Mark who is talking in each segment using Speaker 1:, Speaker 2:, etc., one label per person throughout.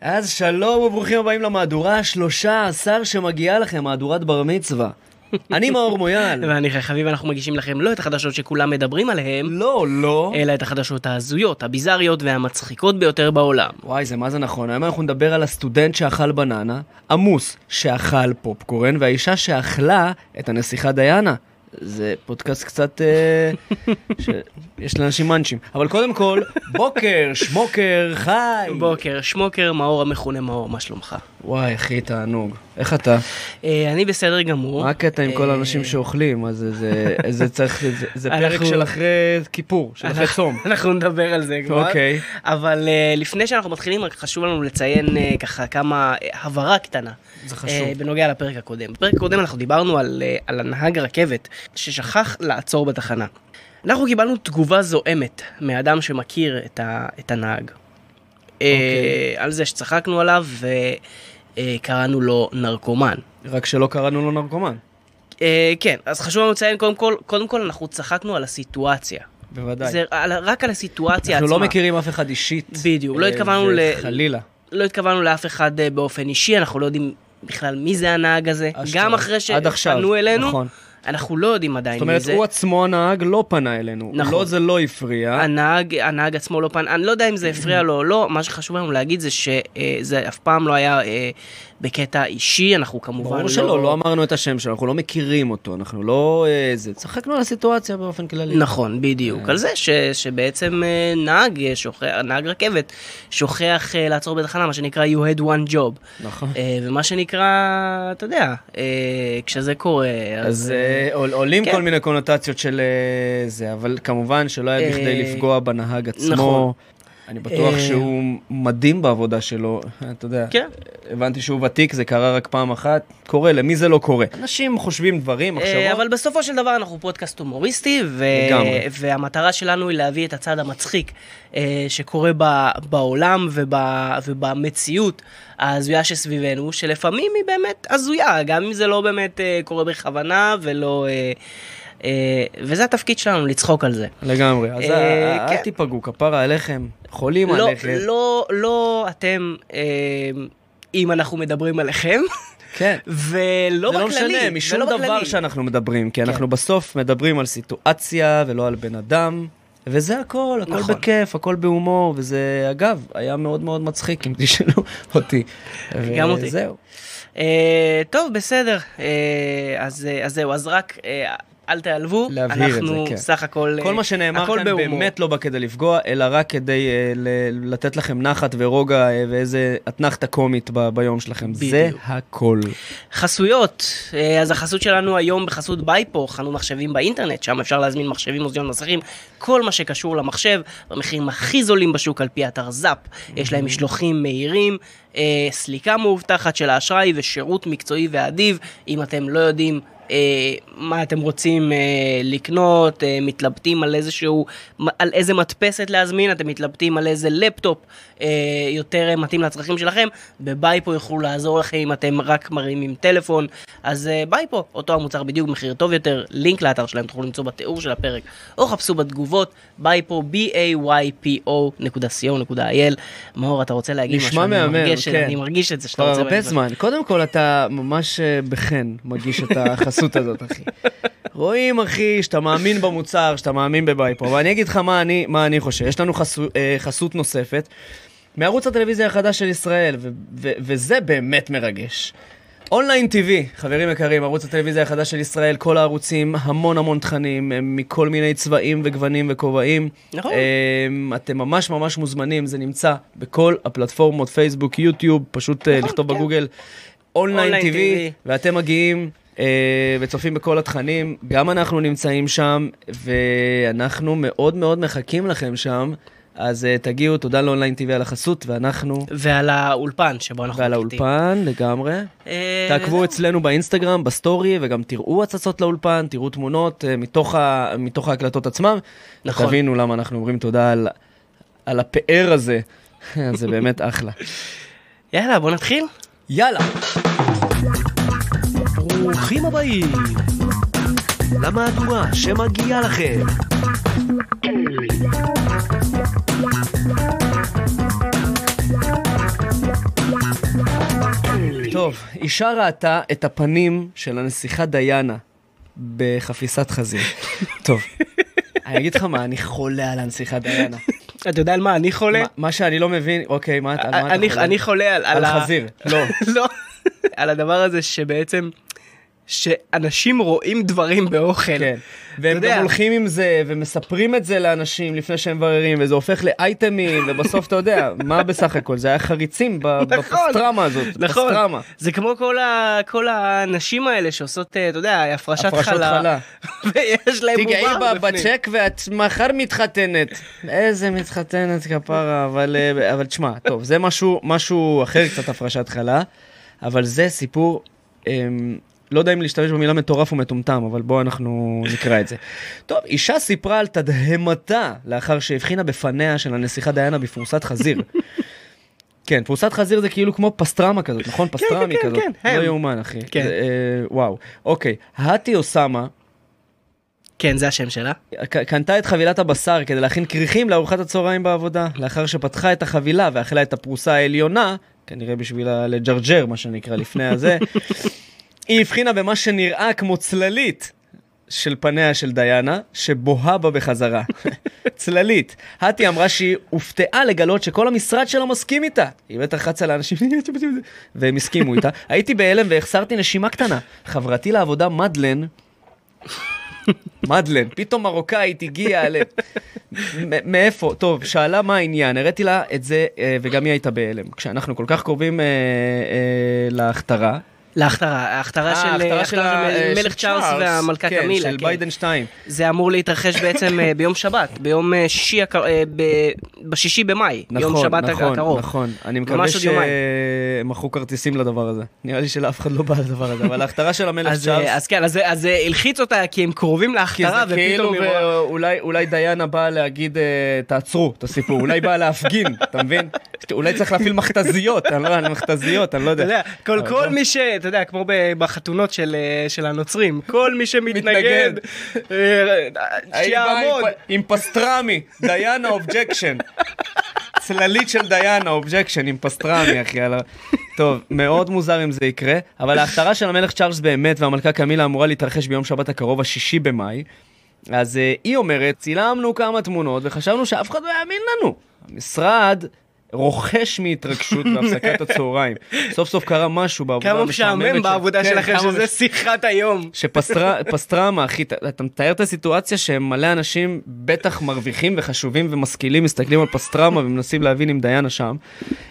Speaker 1: אז שלום וברוכים הבאים למהדורה השלושה עשר שמגיעה לכם, מהדורת בר מצווה. אני מאור מויאל.
Speaker 2: ואני חביב, אנחנו מגישים לכם לא את החדשות שכולם מדברים עליהן,
Speaker 1: לא, לא.
Speaker 2: אלא את החדשות ההזויות, הביזריות והמצחיקות ביותר בעולם.
Speaker 1: וואי, זה מה זה נכון. היום אנחנו נדבר על הסטודנט שאכל בננה, עמוס שאכל פופקורן, והאישה שאכלה את הנסיכה דיאנה. זה פודקאסט קצת... אה, שיש לאנשים מאנצ'ים. אבל קודם כל, בוקר, שמוקר, חי.
Speaker 2: בוקר, שמוקר, מאור המכונה מאור, מה שלומך?
Speaker 1: וואי, אחי, תענוג. איך אתה?
Speaker 2: אה, אני בסדר גמור.
Speaker 1: מה הקטע עם כל
Speaker 2: אה,
Speaker 1: האנשים שאוכלים? אז זה- זה- זה צריך... זה- זה פרק
Speaker 2: אנחנו-
Speaker 1: של אחרי כיפור, של אחרי
Speaker 2: אנחנו-
Speaker 1: צום.
Speaker 2: אנחנו נדבר על זה כבר.
Speaker 1: אוקיי.
Speaker 2: אבל אה, לפני שאנחנו מתחילים, רק חשוב לנו לציין אה, ככה כמה אה, הבהרה קטנה.
Speaker 1: זה חשוב.
Speaker 2: אה, בנוגע לפרק הקודם. בפרק הקודם אנחנו דיברנו על, אה, על הנהג הרכבת ששכח לעצור בתחנה. אנחנו קיבלנו תגובה זועמת מאדם שמכיר את, ה, את הנהג.
Speaker 1: אוקיי.
Speaker 2: אה, על זה שצחקנו עליו וקראנו לו נרקומן.
Speaker 1: רק שלא קראנו לו נרקומן.
Speaker 2: אה, כן, אז חשוב לנו לציין, קודם כל, קודם כל אנחנו צחקנו על הסיטואציה.
Speaker 1: בוודאי.
Speaker 2: זה על, רק על הסיטואציה
Speaker 1: אנחנו
Speaker 2: עצמה.
Speaker 1: לא מכירים אף אחד אישית.
Speaker 2: בדיוק, לא
Speaker 1: אה,
Speaker 2: התכוונו
Speaker 1: ו-
Speaker 2: ל-
Speaker 1: חלילה.
Speaker 2: לא התכוונו לאף אחד אה, באופן אישי, אנחנו לא יודעים בכלל מי זה הנהג הזה.
Speaker 1: אשכרה.
Speaker 2: גם אחרי
Speaker 1: עד עכשיו,
Speaker 2: שפנו אלינו,
Speaker 1: נכון.
Speaker 2: אנחנו לא יודעים
Speaker 1: זאת
Speaker 2: עדיין מי
Speaker 1: אומרת,
Speaker 2: זה.
Speaker 1: הוא עצמו הנהג לא פנה אלינו.
Speaker 2: נכון.
Speaker 1: לא זה לא הפריע.
Speaker 2: הנהג, הנהג עצמו לא פנה, אני לא יודע אם זה הפריע לו או לא, מה שחשוב לנו להגיד זה שזה אף פעם לא היה אה, בקטע אישי, אנחנו כמובן
Speaker 1: ברור שלא, לא אמרנו את השם שלו, אנחנו לא מכירים אותו, אנחנו לא... אה, זה, צחקנו על הסיטואציה באופן כללי.
Speaker 2: נכון, בדיוק,
Speaker 1: אה.
Speaker 2: על זה ש, שבעצם אה, נהג, אה, שוכח, נהג רכבת שוכח אה, לעצור בתחנה, מה שנקרא you had one job.
Speaker 1: נכון.
Speaker 2: אה, ומה שנקרא, אתה יודע, אה, כשזה קורה,
Speaker 1: אז אה, עול- עולים
Speaker 2: כן.
Speaker 1: כל מיני קונוטציות של אה, זה, אבל כמובן שלא היה
Speaker 2: אה,
Speaker 1: בכדי לפגוע בנהג עצמו.
Speaker 2: נכון.
Speaker 1: אני בטוח
Speaker 2: אה,
Speaker 1: שהוא מדהים בעבודה שלו, אתה יודע.
Speaker 2: כן.
Speaker 1: הבנתי שהוא ותיק, זה קרה רק פעם אחת, קורה, למי זה לא קורה? אנשים חושבים דברים,
Speaker 2: אה,
Speaker 1: מחשבות.
Speaker 2: אבל בסופו של דבר אנחנו פודקאסט הומוריסטי, ו...
Speaker 1: לגמרי.
Speaker 2: והמטרה שלנו היא להביא את הצד המצחיק אה, שקורה ב... בעולם וב... ובמציאות ההזויה שסביבנו, שלפעמים היא באמת הזויה, גם אם זה לא באמת אה, קורה בכוונה ולא... אה, אה, וזה התפקיד שלנו, לצחוק על זה.
Speaker 1: לגמרי, אז
Speaker 2: אה,
Speaker 1: אה, אל
Speaker 2: כן.
Speaker 1: תיפגעו, כפרה עליכם, חולים
Speaker 2: לא,
Speaker 1: עליכם.
Speaker 2: לא, לא אתם, אה, אם אנחנו מדברים עליכם,
Speaker 1: כן.
Speaker 2: ולא
Speaker 1: זה
Speaker 2: בכללי,
Speaker 1: לא משנה, משום
Speaker 2: ולא
Speaker 1: דבר
Speaker 2: בכללי. כן.
Speaker 1: שאנחנו מדברים, כי אנחנו בסוף מדברים על סיטואציה ולא על בן אדם, וזה הכל, הכל
Speaker 2: נכון.
Speaker 1: בכיף, הכל בהומור, וזה, אגב, היה מאוד מאוד מצחיק, אם תשאלו אותי.
Speaker 2: גם אותי.
Speaker 1: וזהו.
Speaker 2: אה, טוב, בסדר. אה, אז, אה, אז זהו, אז רק אה, אל תיעלבו.
Speaker 1: להבהיר את זה,
Speaker 2: אנחנו
Speaker 1: כן.
Speaker 2: סך הכל...
Speaker 1: כל
Speaker 2: אה,
Speaker 1: מה שנאמר
Speaker 2: הכל
Speaker 1: כאן
Speaker 2: בהומור.
Speaker 1: באמת לא בא כדי לפגוע, אלא רק כדי אה, ל- לתת לכם נחת ורוגע אה, ואיזה אתנחתה קומית ב- ביום שלכם. זה
Speaker 2: בדיוק.
Speaker 1: הכל.
Speaker 2: חסויות. אה, אז החסות שלנו היום בחסות בייפו, חנות מחשבים באינטרנט, שם אפשר להזמין מחשבים, מוזיאון מסכים, כל מה שקשור למחשב, במחירים הכי זולים בשוק על פי אתר זאפ. יש להם משלוחים מהירים, אה, סליקה מאובטחת של האשראי ושירות מקצועי ואדיב, אם אתם לא יודעים... אה, מה אתם רוצים אה, לקנות, אה, מתלבטים על איזשהו, על איזה מדפסת להזמין, אתם מתלבטים על איזה לפטופ אה, יותר מתאים לצרכים שלכם, בבייפו יוכלו לעזור לכם אם אתם רק מרימים טלפון, אז אה, בייפו, אותו המוצר בדיוק, מחיר טוב יותר, לינק לאתר שלהם תוכלו למצוא בתיאור של הפרק, או חפשו בתגובות, בייפו, b-a-y-p-o.co.il. מאור, אתה רוצה להגיד
Speaker 1: נשמע
Speaker 2: משהו? אני
Speaker 1: מהמם,
Speaker 2: מרגיש את-
Speaker 1: כן.
Speaker 2: אני מרגיש את זה שאתה
Speaker 1: כבר
Speaker 2: רוצה...
Speaker 1: הרבה
Speaker 2: ואני-
Speaker 1: זמן. קודם כל, אתה ממש אה, בחן מגיש את החסות הזאת, אחי. רואים, אחי, שאתה מאמין במוצר, שאתה מאמין בבייפו. אבל אני אגיד לך מה אני, מה אני חושב. יש לנו חסו, אה, חסות נוספת מערוץ הטלוויזיה החדש של ישראל, ו- ו- וזה באמת מרגש. אונליין TV, חברים יקרים, ערוץ הטלוויזיה החדש של ישראל, כל הערוצים, המון המון תכנים, הם מכל מיני צבעים וגוונים וכובעים.
Speaker 2: נכון.
Speaker 1: אמ, אתם ממש ממש מוזמנים, זה נמצא בכל הפלטפורמות, פייסבוק, יוטיוב, פשוט אה, לכתוב
Speaker 2: כן.
Speaker 1: בגוגל אונליין
Speaker 2: אונליין
Speaker 1: TV,
Speaker 2: TV.
Speaker 1: ואתם מגיעים אה, וצופים בכל התכנים, גם אנחנו נמצאים שם, ואנחנו מאוד מאוד מחכים לכם שם, אז אה, תגיעו, תודה לאונליין TV על החסות, ואנחנו...
Speaker 2: ועל האולפן שבו אנחנו...
Speaker 1: ועל
Speaker 2: מקליטים.
Speaker 1: האולפן לגמרי.
Speaker 2: אה,
Speaker 1: תעקבו
Speaker 2: וזהו.
Speaker 1: אצלנו באינסטגרם, בסטורי, וגם תראו הצצות לאולפן, תראו תמונות אה, מתוך ה- מתוך ההקלטות עצמם.
Speaker 2: נכון.
Speaker 1: תבינו למה אנחנו אומרים תודה על- על הפאר הזה. זה באמת אחלה.
Speaker 2: יאללה, בוא נתחיל.
Speaker 1: יאללה.
Speaker 3: ברוכים הבאים למהדורה שמגיעה לכם.
Speaker 1: טוב, אישה ראתה את הפנים של הנסיכה דיאנה בחפיסת חזיר. טוב, אני אגיד לך מה, אני חולה על הנסיכה דיאנה.
Speaker 2: אתה יודע על מה אני חולה?
Speaker 1: מה- מה שאני לא מבין, אוקיי, מה אתה על מה אתה
Speaker 2: אני-
Speaker 1: חולה?
Speaker 2: אני חולה על...
Speaker 1: על
Speaker 2: ה-
Speaker 1: חזיר, לא.
Speaker 2: לא, על הדבר הזה שבעצם, שאנשים רואים דברים באוכל.
Speaker 1: כן. והם
Speaker 2: אתה יודע.
Speaker 1: גם הולכים עם זה, ומספרים את זה לאנשים לפני שהם מבררים, וזה הופך לאייטמים, ובסוף אתה יודע, מה בסך הכל? זה היה חריצים ב- בפסטרמה הזאת,
Speaker 2: נכון,
Speaker 1: פסטרמה.
Speaker 2: זה כמו כל, ה, כל הנשים האלה שעושות, אה, אתה יודע, הפרשת,
Speaker 1: הפרשות חלה.
Speaker 2: ויש להם
Speaker 1: תיגעי
Speaker 2: עובר
Speaker 1: בה
Speaker 2: בפנים.
Speaker 1: בצ'ק ואת מחר מתחתנת. איזה מתחתנת כפרה, אבל אה, אבל תשמע, טוב, זה משהו- משהו אחר קצת הפרשת חלה, אבל זה סיפור, אמ, לא יודע אם להשתמש במילה מטורף או מטומטם, אבל בואו אנחנו נקרא את זה. טוב, אישה סיפרה על תדהמתה לאחר שהבחינה בפניה של הנסיכה דיאנה בפרוסת חזיר. כן, פרוסת חזיר זה כאילו כמו פסטרמה כזאת, נכון? פסטרמי
Speaker 2: כן,
Speaker 1: כזאת.
Speaker 2: כן, כן.
Speaker 1: לא יאומן, אחי.
Speaker 2: כן.
Speaker 1: זה, אה, וואו. אוקיי, האטי אוסמה,
Speaker 2: כן, זה השם שלה.
Speaker 1: ק- קנתה את חבילת הבשר כדי להכין כריכים לארוחת הצהריים בעבודה. לאחר שפתחה את החבילה ואכלה את הפרוסה העליונה, כנראה בשביל ה- לג'רג'ר, מה שנקרא, לפני הזה, היא הבחינה במה שנראה כמו צללית של פניה של דיאנה, שבוהה בה בחזרה. צללית. האטי אמרה שהיא הופתעה לגלות שכל המשרד שלה מסכים איתה. היא בטח רצה לאנשים, והם הסכימו איתה. הייתי בהלם והחסרתי נשימה קטנה. חברתי לעבודה, מדלן, מדלן, פתאום מרוקאית הגיעה, ל- מ- מאיפה? טוב, שאלה מה העניין, הראתי לה את זה, אה, וגם היא הייתה בהלם. כשאנחנו כל כך קרובים אה, אה, להכתרה.
Speaker 2: להכתרה, ההכתרה
Speaker 1: אה,
Speaker 2: של
Speaker 1: ההכתרה
Speaker 2: ההכתרה
Speaker 1: של ה- אה,
Speaker 2: של מלך
Speaker 1: של
Speaker 2: צ'ארלס והמלכה
Speaker 1: כן,
Speaker 2: קמילה.
Speaker 1: של ביידנשטיין.
Speaker 2: זה אמור להתרחש בעצם אה, ביום שבת, ביום אה, שישי, הקר- אה, ב- בשישי במאי,
Speaker 1: נכון,
Speaker 2: יום שבת
Speaker 1: נכון,
Speaker 2: הקרוב.
Speaker 1: נכון. אני מקווה
Speaker 2: ממש עוד יומיים.
Speaker 1: שהם אה, מכרו כרטיסים לדבר הזה. נראה לי שלאף אחד לא בא לדבר הזה, אבל ההכתרה של המלך
Speaker 2: אז,
Speaker 1: צ'ארלס...
Speaker 2: אה, אז כן, אז זה- אז זה הלחיץ אותה כי הם קרובים
Speaker 1: כי זה
Speaker 2: להכתרה
Speaker 1: כאילו,
Speaker 2: ופתאום היא רואה...
Speaker 1: אולי- אולי דיאנה באה להגיד, אה, תעצרו את הסיפור, אולי באה להפגין, אתה מבין? אולי צריך להפעיל מכתזיות, אני לא אני- מכתזיות, אני לא
Speaker 2: אתה יודע,
Speaker 1: יודע.
Speaker 2: כל,
Speaker 1: אבל
Speaker 2: כל
Speaker 1: לא.
Speaker 2: מי ש... אתה יודע, כמו ב- בחתונות של, אה, של הנוצרים, כל מי שמתנגד, אה, אה,
Speaker 1: היא באה עם
Speaker 2: שיעמוד.
Speaker 1: פ- עם פסטרמי, דיאנה אובג'קשן. צללית של דיאנה אובג'קשן עם פסטרמי, אחי. על ה- טוב, מאוד מוזר אם זה יקרה, אבל ההכתרה של המלך צ'ארלס באמת והמלכה קמילה אמורה להתרחש ביום שבת הקרוב, השישי במאי. אז אה, היא אומרת, צילמנו כמה תמונות וחשבנו שאף אחד לא יאמין לנו. המשרד רוכש מהתרגשות בהפסקת הצהריים. סוף סוף קרה משהו בעבודה
Speaker 2: כמה
Speaker 1: המשעממת
Speaker 2: משעמם
Speaker 1: של-
Speaker 2: בעבודה
Speaker 1: לא, כן,
Speaker 2: שלכם,
Speaker 1: כמה
Speaker 2: שזה שיחת היום.
Speaker 1: שפסטרמה, אחי, אתה- אתה מתאר את הסיטואציה שמלא אנשים בטח מרוויחים וחשובים ומשכילים, מסתכלים על פסטרמה ומנסים להבין אם דיאנה שם.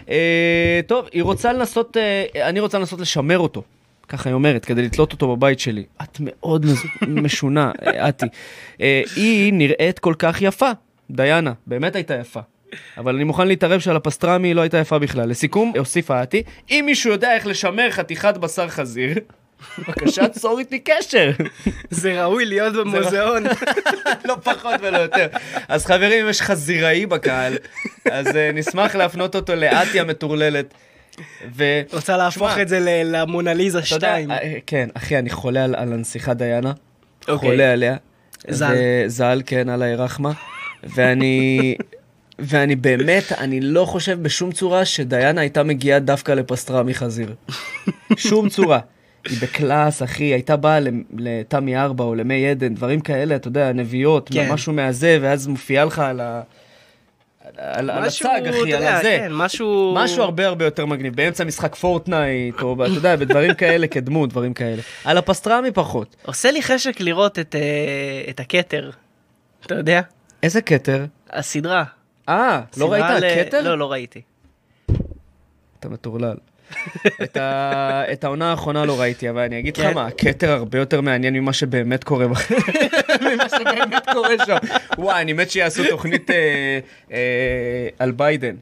Speaker 1: אה, טוב, היא רוצה לנסות, אה, אני רוצה לנסות לשמר אותו. ככה היא אומרת, כדי לתלות אותו בבית שלי. את מאוד מז- משונה, אה, אתי. אה, היא נראית כל כך יפה, דיאנה, באמת הייתה יפה. אבל אני מוכן להתערב שעל הפסטרמי היא לא הייתה יפה בכלל. לסיכום, הוסיפה אתי, אם מישהו יודע איך לשמר חתיכת בשר חזיר, בבקשה, צור איתי קשר.
Speaker 2: זה ראוי להיות במוזיאון.
Speaker 1: לא פחות ולא יותר. אז חברים, אם יש חזיראי בקהל, אז אה, נשמח להפנות אותו לאתי המטורללת. ו...
Speaker 2: רוצה להפוך
Speaker 1: שמע,
Speaker 2: את זה ל- למונליזה
Speaker 1: אתה יודע,
Speaker 2: 2.
Speaker 1: אה, כן, אחי, אני חולה על- על הנסיכה דיאנה.
Speaker 2: אוקיי.
Speaker 1: חולה עליה.
Speaker 2: ז"ל.
Speaker 1: ו- ז"ל, כן, עליה רחמה. ואני... ואני באמת, אני לא חושב בשום צורה שדיאנה הייתה מגיעה דווקא לפסטרמי חזיר. שום צורה. היא בקלאס, אחי, היא הייתה באה למ- לתמי ארבע או למי עדן, דברים כאלה, אתה יודע, נביאות,
Speaker 2: כן.
Speaker 1: משהו מהזה, ואז מופיעה לך על ה... על, על
Speaker 2: משהו,
Speaker 1: הצג, אחי,
Speaker 2: אתה
Speaker 1: על
Speaker 2: יודע,
Speaker 1: הזה.
Speaker 2: כן, משהו...
Speaker 1: משהו הרבה הרבה יותר מגניב, באמצע משחק פורטנייט, או אתה יודע, בדברים כאלה, כדמות, דברים כאלה. על הפסטרמי פחות.
Speaker 2: עושה לי חשק לראות את, אה, את הכתר, אתה יודע?
Speaker 1: איזה כתר?
Speaker 2: הסדרה.
Speaker 1: אה, לא
Speaker 2: סדרה
Speaker 1: ראית
Speaker 2: ל-
Speaker 1: הכתר?
Speaker 2: לא, לא ראיתי.
Speaker 1: אתה מטורלל. את, ה... את העונה האחרונה לא ראיתי, אבל אני אגיד לך
Speaker 2: כן.
Speaker 1: מה, הכתר הרבה יותר מעניין ממה שבאמת קורה בח- ממה שבאמת קורה שם. וואי, אני מת שיעשו תוכנית אה, אה, על ביידן.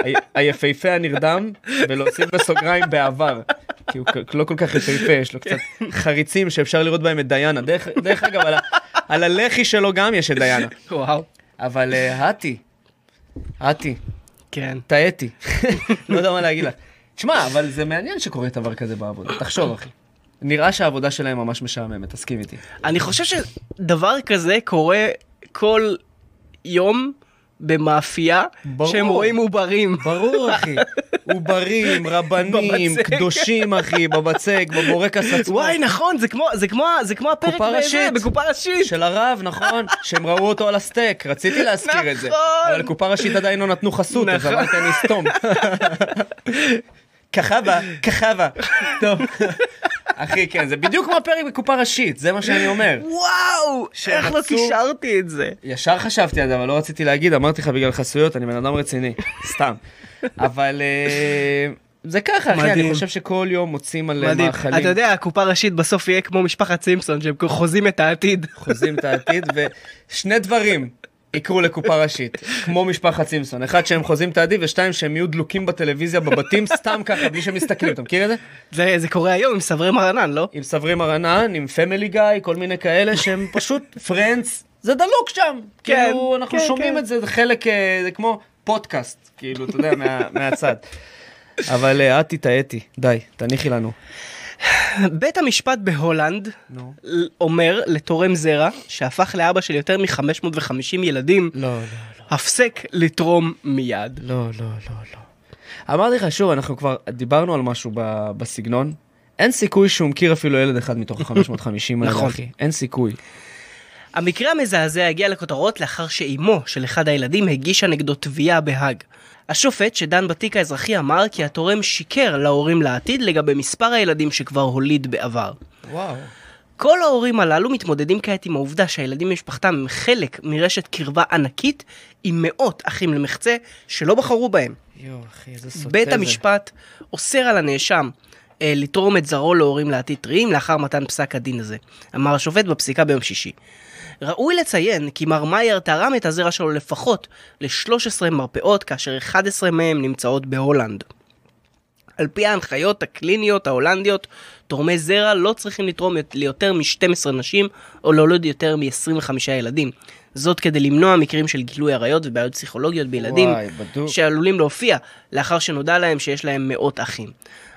Speaker 1: ה- היפהפה הנרדם, ולהוסיף בסוגריים בעבר. כי הוא כ- לא כל כך יפהפה, יש לו קצת חריצים שאפשר לראות בהם את דיאנה. דרך, דרך אגב, על, ה... על הלחי שלו גם יש את דיאנה.
Speaker 2: וואו.
Speaker 1: אבל אה, האטי, האטי,
Speaker 2: כן.
Speaker 1: טעיתי. לא יודע מה להגיד לך. תשמע, אבל זה מעניין שקורה דבר כזה בעבודה. תחשוב, אחי. נראה שהעבודה שלהם ממש משעממת, תסכים איתי.
Speaker 2: אני חושב שדבר כזה קורה כל יום במאפייה,
Speaker 1: ברור.
Speaker 2: שהם רואים עוברים.
Speaker 1: ברור, אחי. עוברים, רבנים,
Speaker 2: בבצק.
Speaker 1: קדושים, אחי, בבצק, בבורקס עצמו.
Speaker 2: וואי, נכון, זה כמו, זה כמו, זה כמו הפרק
Speaker 1: קופה
Speaker 2: בזה,
Speaker 1: ראשית.
Speaker 2: בקופה ראשית.
Speaker 1: של הרב, נכון? שהם ראו אותו על הסטייק, רציתי להזכיר את זה.
Speaker 2: נכון.
Speaker 1: אבל לקופה ראשית עדיין לא נתנו חסות, אז
Speaker 2: נכון.
Speaker 1: אמרתי אני אסתום. כחבה, כחבה. טוב. אחי, כן, זה בדיוק כמו הפרק בקופה ראשית, זה מה שאני אומר.
Speaker 2: וואו, איך לא
Speaker 1: שרצו-
Speaker 2: קישרתי את זה?
Speaker 1: ישר חשבתי על זה, אבל לא רציתי להגיד, אמרתי לך בגלל חסויות, אני בן אדם רציני, סתם. אבל אה, זה ככה, אחי, אני
Speaker 2: מדהים.
Speaker 1: חושב שכל יום מוצאים על אה,
Speaker 2: מדהים.
Speaker 1: מאכלים.
Speaker 2: אתה יודע, הקופה ראשית בסוף יהיה כמו משפחת סימפסון, שהם חוזים את העתיד.
Speaker 1: חוזים את העתיד, ושני דברים יקרו לקופה ראשית, כמו משפחת סימפסון. אחד, שהם חוזים את העתיד, ושתיים, שהם יהיו דלוקים בטלוויזיה בבתים, סתם ככה, בלי שמסתכלים. אתה מכיר את זה?
Speaker 2: זה זה קורה היום עם סברי מרנן, לא?
Speaker 1: עם סברי מרנן, עם פמילי גיא, כל מיני כאלה שהם פשוט פרנדס, זה דלוק שם.
Speaker 2: כן,
Speaker 1: כאילו, אנחנו
Speaker 2: כן,
Speaker 1: שומעים
Speaker 2: כן.
Speaker 1: את זה, זה חלק, אה, זה כמו פודקאסט, כאילו, אתה יודע, מה- מהצד. אבל אה, את תטעתי, די, תניחי לנו.
Speaker 2: בית המשפט בהולנד
Speaker 1: נו.
Speaker 2: ל- אומר לתורם זרע, שהפך לאבא של יותר מ-550 ילדים,
Speaker 1: לא, לא.
Speaker 2: הפסק לתרום מיד.
Speaker 1: לא, לא, לא, לא. אמרתי לך, שוב, אנחנו כבר דיברנו על משהו ב- בסגנון. אין סיכוי שהוא מכיר אפילו ילד אחד מתוך ה-550 האלה,
Speaker 2: נכון.
Speaker 1: אחי. אין סיכוי.
Speaker 2: המקרה המזעזע הגיע לכותרות לאחר שאימו של אחד הילדים הגישה נגדו תביעה בהאג. השופט שדן בתיק האזרחי אמר כי התורם שיקר להורים לעתיד לגבי מספר הילדים שכבר הוליד בעבר.
Speaker 1: וואו.
Speaker 2: כל ההורים הללו מתמודדים כעת עם העובדה שהילדים במשפחתם הם חלק מרשת קרבה ענקית עם מאות אחים למחצה שלא בחרו בהם.
Speaker 1: יואו, אחי, איזה סוטה
Speaker 2: בית המשפט אוסר על הנאשם אה, לתרום את זרעו להורים לעתיד טריים לאחר מתן פסק הדין הזה, אמר השופט בפסיקה ביום שישי. ראוי לציין כי מר מאייר תרם את הזרע שלו לפחות ל-13 מרפאות, כאשר 11 מהם נמצאות בהולנד. על פי ההנחיות הקליניות ההולנדיות, תורמי זרע לא צריכים לתרום יות- ליותר מ-12 נשים או להוליד יותר מ-25 ילדים. זאת כדי למנוע מקרים של גילוי עריות ובעיות פסיכולוגיות בילדים,
Speaker 1: וואי, בדוק.
Speaker 2: שעלולים להופיע לאחר שנודע להם שיש להם מאות אחים.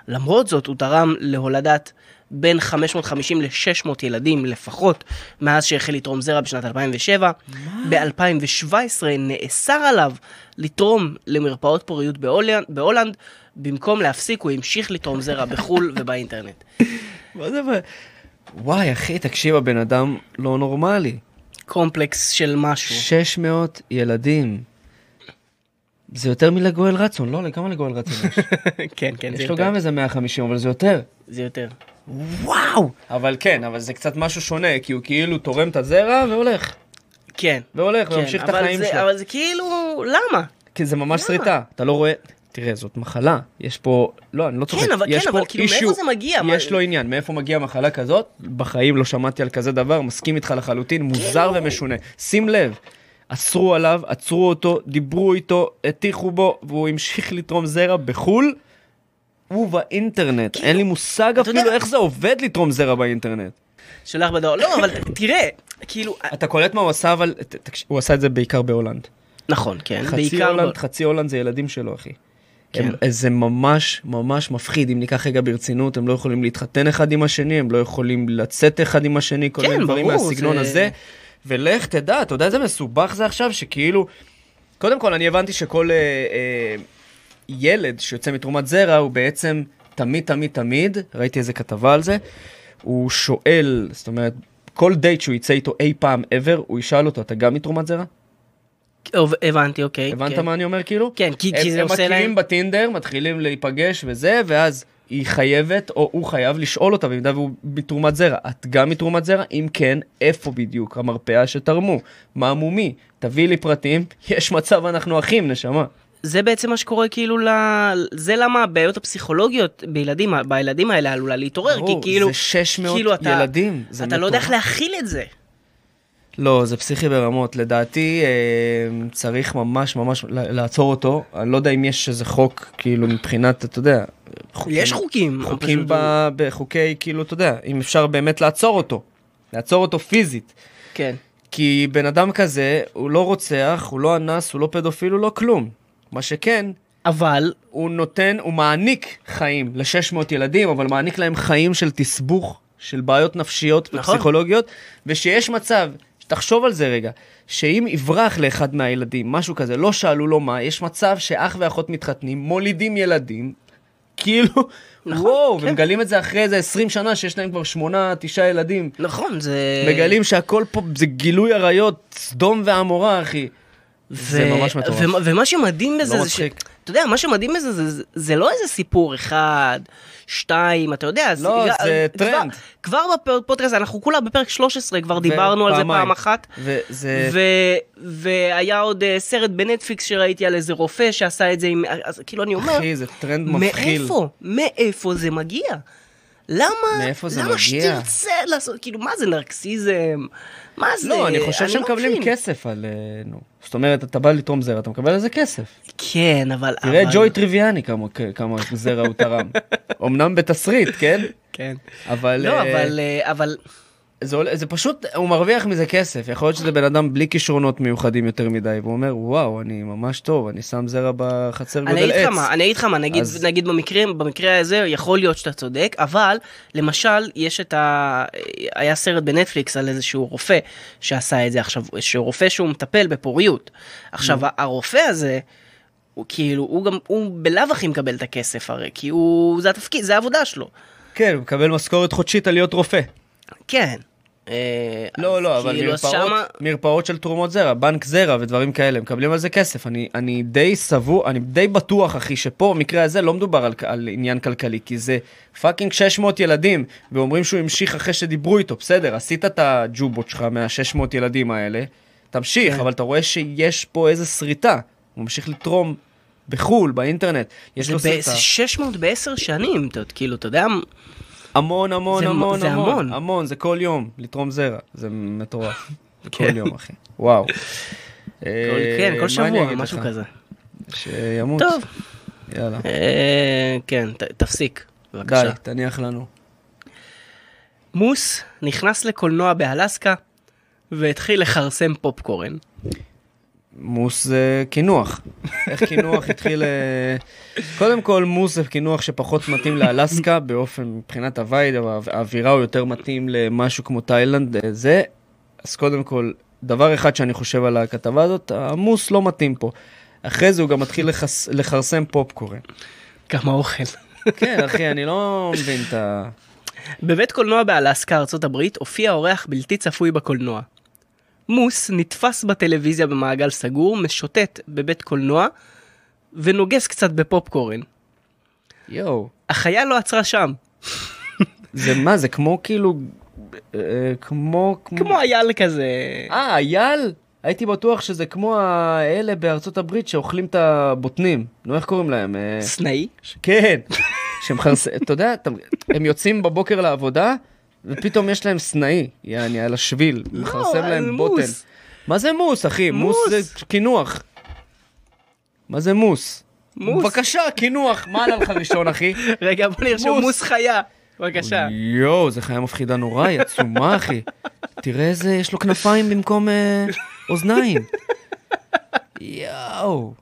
Speaker 2: למרות זאת, הוא תרם להולדת בין 550 ל-600 ילדים לפחות מאז שהחל לתרום זרע בשנת 2007. ב-2017 נאסר עליו לתרום למרפאות פוריות בהולנד, בהולנד, במקום להפסיק הוא המשיך לתרום זרע בחו"ל ובאינטרנט.
Speaker 1: מה זה ב... וואי, אחי, תקשיב, הבן אדם לא נורמלי.
Speaker 2: קומפלקס של משהו.
Speaker 1: 600 ילדים. זה יותר מלגואל רצון, לא? לכמה לגואל רצון יש?
Speaker 2: כן, כן, זה
Speaker 1: יש לו
Speaker 2: יותר.
Speaker 1: גם איזה 150, אבל זה יותר.
Speaker 2: זה יותר.
Speaker 1: וואו! אבל כן, אבל זה קצת משהו שונה, כי הוא כאילו תורם את הזרע והולך.
Speaker 2: כן.
Speaker 1: והולך,
Speaker 2: כן,
Speaker 1: וממשיך את
Speaker 2: אבל
Speaker 1: החיים
Speaker 2: זה-
Speaker 1: שלו.
Speaker 2: אבל זה כאילו, למה?
Speaker 1: כי זה ממש שריטה, אתה לא רואה... תראה, זאת מחלה, יש פה... לא, אני לא צוחק.
Speaker 2: אבל-
Speaker 1: יש
Speaker 2: כן,
Speaker 1: פה
Speaker 2: אבל כאילו, מאיפה
Speaker 1: issue,
Speaker 2: זה מגיע? מה-
Speaker 1: יש לו עניין, מאיפה מגיעה מחלה כזאת? בחיים לא שמעתי על כזה דבר, מסכים איתך לחלוטין,
Speaker 2: כן,
Speaker 1: מוזר
Speaker 2: לא.
Speaker 1: ומשונה. שים לב, אסרו עליו, עצרו אותו, דיברו איתו, הטיחו בו, והוא המשיך לתרום זרע בחו"ל. ובאינטרנט, אין לי מושג
Speaker 2: כאילו, אתה יודע-
Speaker 1: אפילו איך זה עובד לתרום זרע באינטרנט.
Speaker 2: שולח בדואר. לא, אבל תראה, כאילו...
Speaker 1: אתה קולט מה הוא עשה, אבל ת- תקשיב, הוא עשה את זה בעיקר בהולנד.
Speaker 2: נכון, כן.
Speaker 1: חצי
Speaker 2: בעיקר
Speaker 1: הולנד,
Speaker 2: ב-
Speaker 1: חצי הולנד זה ילדים שלו, אחי.
Speaker 2: כן.
Speaker 1: הם- אה, זה ממש ממש מפחיד, אם ניקח רגע ברצינות, הם לא יכולים להתחתן אחד עם השני, הם לא יכולים לצאת אחד עם השני, כל
Speaker 2: כן,
Speaker 1: מיני דברים
Speaker 2: ברור,
Speaker 1: מהסגנון
Speaker 2: זה-
Speaker 1: הזה. ולך תדע, אתה יודע איזה מסובך זה עכשיו, שכאילו, קודם כל אני הבנתי שכל אה, אה, ילד שיוצא מתרומת זרע הוא בעצם תמיד תמיד תמיד, ראיתי איזה כתבה על זה, הוא שואל, זאת אומרת, כל דייט שהוא יצא איתו אי פעם ever, הוא ישאל אותו, אתה גם מתרומת זרע?
Speaker 2: אוב- הבנתי, אוקיי.
Speaker 1: הבנת
Speaker 2: כן.
Speaker 1: מה אני אומר כאילו?
Speaker 2: כן, כי- כי
Speaker 1: הם-
Speaker 2: זה עושה
Speaker 1: הם מכירים
Speaker 2: להם-
Speaker 1: בטינדר, מתחילים להיפגש וזה, ואז היא חייבת, או הוא חייב לשאול אותה, במידה והוא מתרומת זרע. את גם מתרומת זרע? אם כן, איפה בדיוק המרפאה שתרמו? מה מומי? תביאי לי פרטים, יש מצב אנחנו אחים, נשמה.
Speaker 2: זה בעצם מה שקורה כאילו ל... זה למה הבעיות הפסיכולוגיות בילדים, בילדים האלה עלולה להתעורר,
Speaker 1: ברור,
Speaker 2: כי כאילו...
Speaker 1: זה 600
Speaker 2: כאילו אתה,
Speaker 1: ילדים, זה
Speaker 2: אתה לא יודע איך
Speaker 1: מטורף.
Speaker 2: להכיל את זה.
Speaker 1: לא, זה פסיכי ברמות. לדעתי אה, צריך ממש ממש ל- לעצור אותו. אני לא יודע אם יש איזה חוק, כאילו, מבחינת, אתה יודע... חוקים-
Speaker 2: יש חוקים.
Speaker 1: חוקים
Speaker 2: פשוט-
Speaker 1: ב... בחוקי, כאילו, אתה יודע, אם אפשר באמת לעצור אותו. לעצור אותו פיזית.
Speaker 2: כן.
Speaker 1: כי בן אדם כזה, הוא לא רוצח, הוא לא אנס, הוא לא פדופיל, הוא לא כלום. מה שכן,
Speaker 2: אבל,
Speaker 1: הוא נותן, הוא מעניק חיים ל-600 ילדים, אבל מעניק להם חיים של תסבוך, של בעיות נפשיות
Speaker 2: נכון.
Speaker 1: ופסיכולוגיות, ושיש מצב תחשוב על זה רגע, שאם יברח לאחד מהילדים, משהו כזה, לא שאלו לו מה, יש מצב שאח ואחות מתחתנים, מולידים ילדים, כאילו,
Speaker 2: נכון,
Speaker 1: וואו,
Speaker 2: כן.
Speaker 1: ומגלים את זה אחרי איזה 20 שנה שיש להם כבר שמונה, תשעה ילדים.
Speaker 2: נכון, זה...
Speaker 1: מגלים שהכל פה זה גילוי עריות, סדום ועמורה, אחי. זה ממש מטורף.
Speaker 2: ו- ומה שמדהים בזה
Speaker 1: לא
Speaker 2: זה ש...
Speaker 1: מצחיק.
Speaker 2: אתה יודע, מה שמדהים בזה זה, זה, זה לא איזה סיפור אחד, שתיים, אתה יודע. אה,
Speaker 1: לא, זה טרנד.
Speaker 2: כבר, כבר בפודקאסט, אנחנו כולה בפרק 13, כבר דיברנו על זה
Speaker 1: ופעמיים.
Speaker 2: פעם אחת.
Speaker 1: וזה...
Speaker 2: ו... והיה עוד אה, סרט בנטפליקס שראיתי על איזה רופא שעשה את זה עם... אז כאילו, אני אומר,
Speaker 1: אחי, זה טרנד מבחיל.
Speaker 2: מאיפה? מאיפה זה מגיע? למה,
Speaker 1: מאיפה זה
Speaker 2: למה
Speaker 1: מגיע?
Speaker 2: שתרצה לעשות, כאילו, מה זה נרקסיזם? מה זה?
Speaker 1: לא, אני חושב שהם
Speaker 2: לא
Speaker 1: מקבלים
Speaker 2: מבין.
Speaker 1: כסף על... אה, נו. זאת אומרת, אתה בא לתרום זרע, אתה מקבל על זה כסף.
Speaker 2: כן, אבל...
Speaker 1: תראה את
Speaker 2: אבל-
Speaker 1: ג'וי טריוויאני כמה- כמה זרע הוא תרם. אמנם בתסריט, כן?
Speaker 2: כן.
Speaker 1: אבל...
Speaker 2: לא,
Speaker 1: אה,
Speaker 2: אבל, אה, אבל
Speaker 1: זה, עולה- זה פשוט, הוא מרוויח מזה כסף. יכול להיות שזה בן אדם בלי כישרונות מיוחדים יותר מדי, והוא אומר, וואו, אני ממש טוב, אני שם זרע בחצר גודל עץ.
Speaker 2: אני אגיד לך מה, אני אגיד לך מה, נגיד,
Speaker 1: אז-
Speaker 2: נגיד במקרים, במקרה הזה יכול להיות שאתה צודק, אבל למשל יש את ה... היה סרט בנטפליקס על איזשהו רופא שעשה את זה עכשיו, שהוא רופא שהוא מטפל בפוריות. עכשיו
Speaker 1: Mm.
Speaker 2: הרופא הזה, הוא כאילו, הוא גם, הוא בלאו הכי מקבל את הכסף הרי, כי הוא, זה התפקיד, זה העבודה שלו.
Speaker 1: כן, הוא מקבל משכורת חודשית על להיות רופא.
Speaker 2: כן. אה,
Speaker 1: לא,
Speaker 2: אז
Speaker 1: לא, אבל
Speaker 2: כאילו, אז
Speaker 1: מרפאות,
Speaker 2: שמה-
Speaker 1: מרפאות של תרומות זרע, בנק זרע ודברים כאלה, מקבלים על זה כסף. אני, אני די סבור, אני די בטוח, אחי, שפה במקרה הזה לא מדובר על, על עניין כלכלי, כי זה פאקינג 600 ילדים, ואומרים שהוא המשיך אחרי שדיברו איתו, בסדר, עשית את הג'ובות שלך מה-600 ילדים האלה,
Speaker 2: כן.
Speaker 1: תמשיך, אבל אתה רואה שיש פה איזה שריטה, הוא ממשיך לתרום בחו"ל, באינטרנט, יש לו
Speaker 2: זה ב-
Speaker 1: שריטה.
Speaker 2: זה 600 בעשר שנים, אתה- כאילו, אתה יודע,
Speaker 1: המון, המון,
Speaker 2: זה מ-
Speaker 1: המון,
Speaker 2: זה
Speaker 1: המון,
Speaker 2: המון.
Speaker 1: המון, זה כל יום, לתרום זרע, זה מטורף.
Speaker 2: כן.
Speaker 1: כל יום, אחי. וואו.
Speaker 2: כל-
Speaker 1: אה,
Speaker 2: כן, כל שבוע, משהו כזה.
Speaker 1: שימות.
Speaker 2: טוב.
Speaker 1: יאללה.
Speaker 2: אה, כן, ת, תפסיק,
Speaker 1: די,
Speaker 2: בבקשה.
Speaker 1: תניח לנו.
Speaker 2: מוס נכנס לקולנוע באלסקה והתחיל לכרסם פופקורן.
Speaker 1: מוס זה קינוח. איך קינוח התחיל... אה, קודם כל, מוס זה קינוח שפחות מתאים לאלסקה באופן, מבחינת הווייד, אבל האו- האווירה הוא יותר מתאים למשהו כמו תאילנד. אה, זה, אז קודם כל, דבר אחד שאני חושב על הכתבה הזאת, המוס לא מתאים פה. אחרי זה הוא גם מתחיל לחס- לכרסם פופקורן.
Speaker 2: גם האוכל.
Speaker 1: כן, אחי, אני לא מבין את ה...
Speaker 2: בבית קולנוע באלסקה, ארצות הברית, הופיע אורח בלתי צפוי בקולנוע. מוס נתפס בטלוויזיה במעגל סגור, משוטט בבית קולנוע ונוגס קצת בפופקורן.
Speaker 1: יואו.
Speaker 2: החיה לא עצרה שם,
Speaker 1: זה מה, זה כמו כאילו... אה, כמו...
Speaker 2: כמו אייל כזה.
Speaker 1: Mm. אה, אייל? הייתי בטוח שזה כמו האלה בארצות הברית שאוכלים את הבוטנים. נו, איך קוראים להם? אה,
Speaker 2: סנאי?
Speaker 1: ש- כן. שהם חרס... אתה יודע, אתה- הם יוצאים בבוקר לעבודה, ופתאום יש להם סנאי, יעני, על השביל. מכרסם
Speaker 2: לא, אה, זה
Speaker 1: להם
Speaker 2: מוס.
Speaker 1: בוטן. מה זה מוס, אחי? מוס
Speaker 2: מוס.
Speaker 1: זה קינוח. מה זה מוס?
Speaker 2: מוס.
Speaker 1: בבקשה, קינוח, מה עלה לך ראשון, אחי?
Speaker 2: רגע, בוא נרשום
Speaker 1: מוס.
Speaker 2: מוס חיה. בבקשה.
Speaker 1: יואו, זו חיה מפחידה נורא, היא עצומה, אחי. תראה איזה, יש לו כנפיים במקום אה, אוזניים. יואו.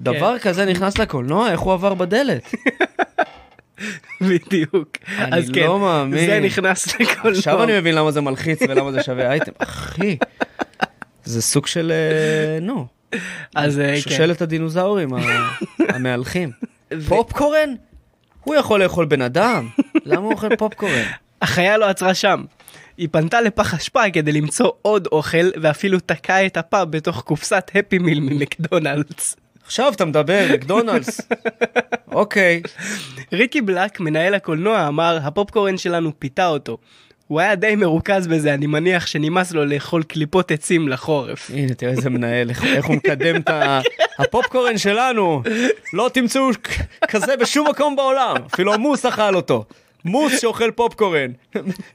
Speaker 1: דבר
Speaker 2: כן.
Speaker 1: כזה נכנס לקולנוע, איך הוא עבר בדלת?
Speaker 2: בדיוק.
Speaker 1: אני
Speaker 2: אז כן,
Speaker 1: לא מאמין.
Speaker 2: זה נכנס לכל
Speaker 1: עכשיו
Speaker 2: פעם.
Speaker 1: אני מבין למה זה מלחיץ ולמה זה שווה אייטם. אחי, זה סוג של, אה, נו,
Speaker 2: אז אה, כן.
Speaker 1: שושלת הדינוזאורים ה- המהלכים. פופקורן? הוא יכול לאכול בן אדם, למה הוא אוכל פופקורן?
Speaker 2: החיה לא עצרה שם. היא פנתה לפח אשפה כדי למצוא עוד אוכל, ואפילו תקעה את הפה בתוך קופסת הפי מיל ממקדונלדס.
Speaker 1: עכשיו אתה מדבר, מקדונלדס. אוקיי.
Speaker 2: ריקי בלק, מנהל הקולנוע, אמר, הפופקורן שלנו פיתה אותו. הוא היה די מרוכז בזה, אני מניח שנמאס לו לאכול קליפות עצים לחורף.
Speaker 1: הנה, תראה איזה מנהל, איך- איך הוא מקדם את ה- הפופקורן שלנו. לא תמצאו כ- כזה בשום מקום בעולם. אפילו המוס אכל אותו. מוס שאוכל פופקורן.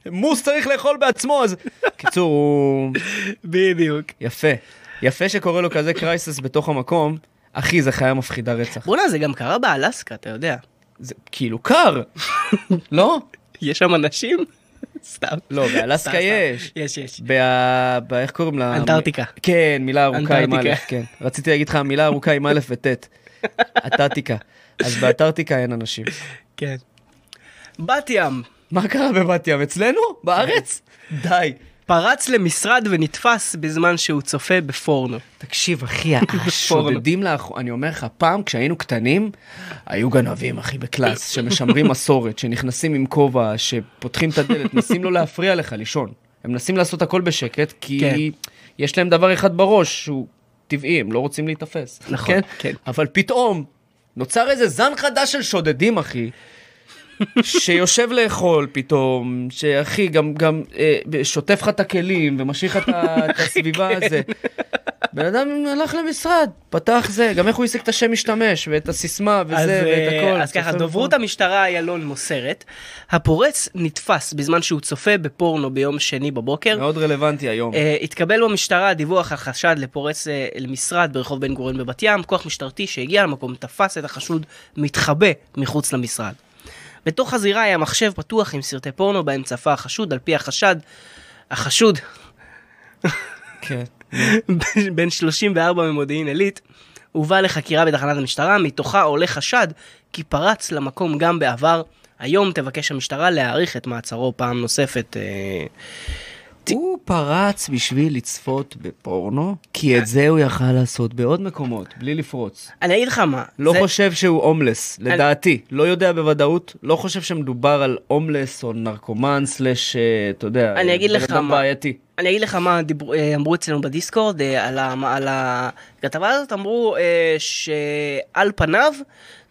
Speaker 1: מוס צריך לאכול בעצמו, אז... קיצור, הוא...
Speaker 2: בדיוק.
Speaker 1: יפה. יפה שקורה לו כזה קרייסס בתוך המקום. אחי, זה חיה מפחידה רצח.
Speaker 2: בואנה, זה גם קרה באלסקה, אתה יודע.
Speaker 1: זה כאילו קר. לא?
Speaker 2: יש שם אנשים? סתם.
Speaker 1: לא,
Speaker 2: סתם,
Speaker 1: באלסקה
Speaker 2: סתם.
Speaker 1: יש.
Speaker 2: יש, יש.
Speaker 1: ב- ב... איך קוראים לה?
Speaker 2: אנטארקטיקה.
Speaker 1: כן, מילה ארוכה עם א',
Speaker 2: אנטארקטיקה.
Speaker 1: כן. רציתי להגיד לך מילה ארוכה עם א' וט', אנטארקטיקה. אז באנטארקטיקה אין אנשים.
Speaker 2: כן. בת ים. כן.
Speaker 1: מה קרה בבת ים? אצלנו? בארץ? די.
Speaker 2: פרץ למשרד ונתפס בזמן שהוא צופה בפורנו.
Speaker 1: תקשיב, אחי, השודדים לאחרונה, אני אומר לך, פעם כשהיינו קטנים, היו גנבים, אחי, בקלאס, שמשמרים מסורת, שנכנסים עם כובע, שפותחים את הדלת, מנסים לא להפריע לך לישון. הם מנסים לעשות הכל בשקט, כי
Speaker 2: כן.
Speaker 1: יש להם דבר אחד בראש, שהוא טבעי, הם לא רוצים להיתפס.
Speaker 2: נכון, כן.
Speaker 1: אבל פתאום, נוצר איזה זן חדש של שודדים, אחי. שיושב לאכול פתאום, שאחי, גם, גם אה, שוטף לך את הכלים ומשאיר לך את ה-
Speaker 2: כן,
Speaker 1: את הסביבה הזה. בן אדם הלך למשרד, פתח זה, גם איך הוא השיג את השם משתמש, ואת הסיסמה, וזה,
Speaker 2: אז,
Speaker 1: ואת
Speaker 2: אה,
Speaker 1: הכל.
Speaker 2: אז ככה,
Speaker 1: צופה
Speaker 2: דוברות
Speaker 1: בפורנו.
Speaker 2: המשטרה איילון מוסרת, הפורץ נתפס בזמן שהוא צופה בפורנו ביום שני בבוקר.
Speaker 1: מאוד רלוונטי היום.
Speaker 2: אה, התקבל במשטרה דיווח על חשד לפורץ אה, למשרד ברחוב בן גוריון בבת ים. כוח משטרתי שהגיע למקום תפס את החשוד מתחבא מחוץ למשרד. בתוך הזירה היה מחשב פתוח עם סרטי פורנו בהם צפה החשוד, על פי החשד, החשוד
Speaker 1: כן.
Speaker 2: בן- בן 34 ממודיעין עילית, הובא לחקירה בתחנת המשטרה, מתוכה עולה חשד כי פרץ למקום גם בעבר. היום תבקש המשטרה להאריך את מעצרו פעם נוספת. אה,
Speaker 1: הוא פרץ בשביל לצפות בפורנו, כי את זה הוא יכל לעשות בעוד מקומות, בלי לפרוץ.
Speaker 2: אני אגיד לך מה,
Speaker 1: לא
Speaker 2: זה-
Speaker 1: חושב שהוא הומלס, לדעתי. לא יודע בוודאות, לא חושב שמדובר על הומלס או נרקומן סלאש, אה, אתה יודע,
Speaker 2: אני אגיד
Speaker 1: בן
Speaker 2: לך
Speaker 1: אדם
Speaker 2: מה.
Speaker 1: בעייתי.
Speaker 2: אני אגיד לך מה דיבר, אה, אמרו אצלנו בדיסקורד אה, על, ה, על הכתבה הזאת, אמרו אה, שעל פניו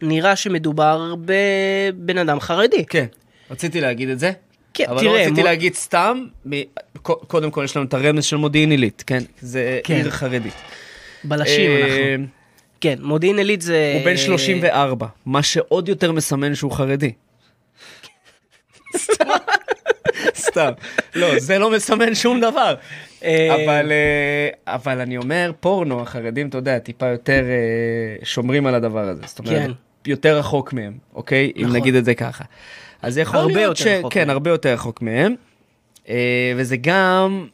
Speaker 2: נראה שמדובר בבן אדם חרדי.
Speaker 1: כן, רציתי להגיד את זה.
Speaker 2: כן,
Speaker 1: אבל
Speaker 2: תראה,
Speaker 1: לא רציתי
Speaker 2: מוד-
Speaker 1: להגיד סתם, מ- ק- קודם כל יש לנו את הרמז של מודיעין עילית, כן? זה
Speaker 2: כן.
Speaker 1: עיר חרדית.
Speaker 2: בלשים
Speaker 1: אה,
Speaker 2: אנחנו. כן, מודיעין עילית זה...
Speaker 1: הוא בן 34, מה שעוד יותר מסמן שהוא חרדי. סתם. סתם. לא, זה לא מסמן שום דבר.
Speaker 2: אה,
Speaker 1: אבל, אה, אבל אני אומר, פורנו, החרדים, אתה יודע, טיפה יותר אה, שומרים על הדבר הזה. זאת
Speaker 2: כן.
Speaker 1: אומרת, יותר רחוק מהם, אוקיי? אם
Speaker 2: נכון.
Speaker 1: נגיד את זה ככה. אז יכול
Speaker 2: הרבה
Speaker 1: להיות ש...
Speaker 2: יותר רחוק
Speaker 1: כן,
Speaker 2: מהם.
Speaker 1: הרבה יותר רחוק מהם. אה, וזה גם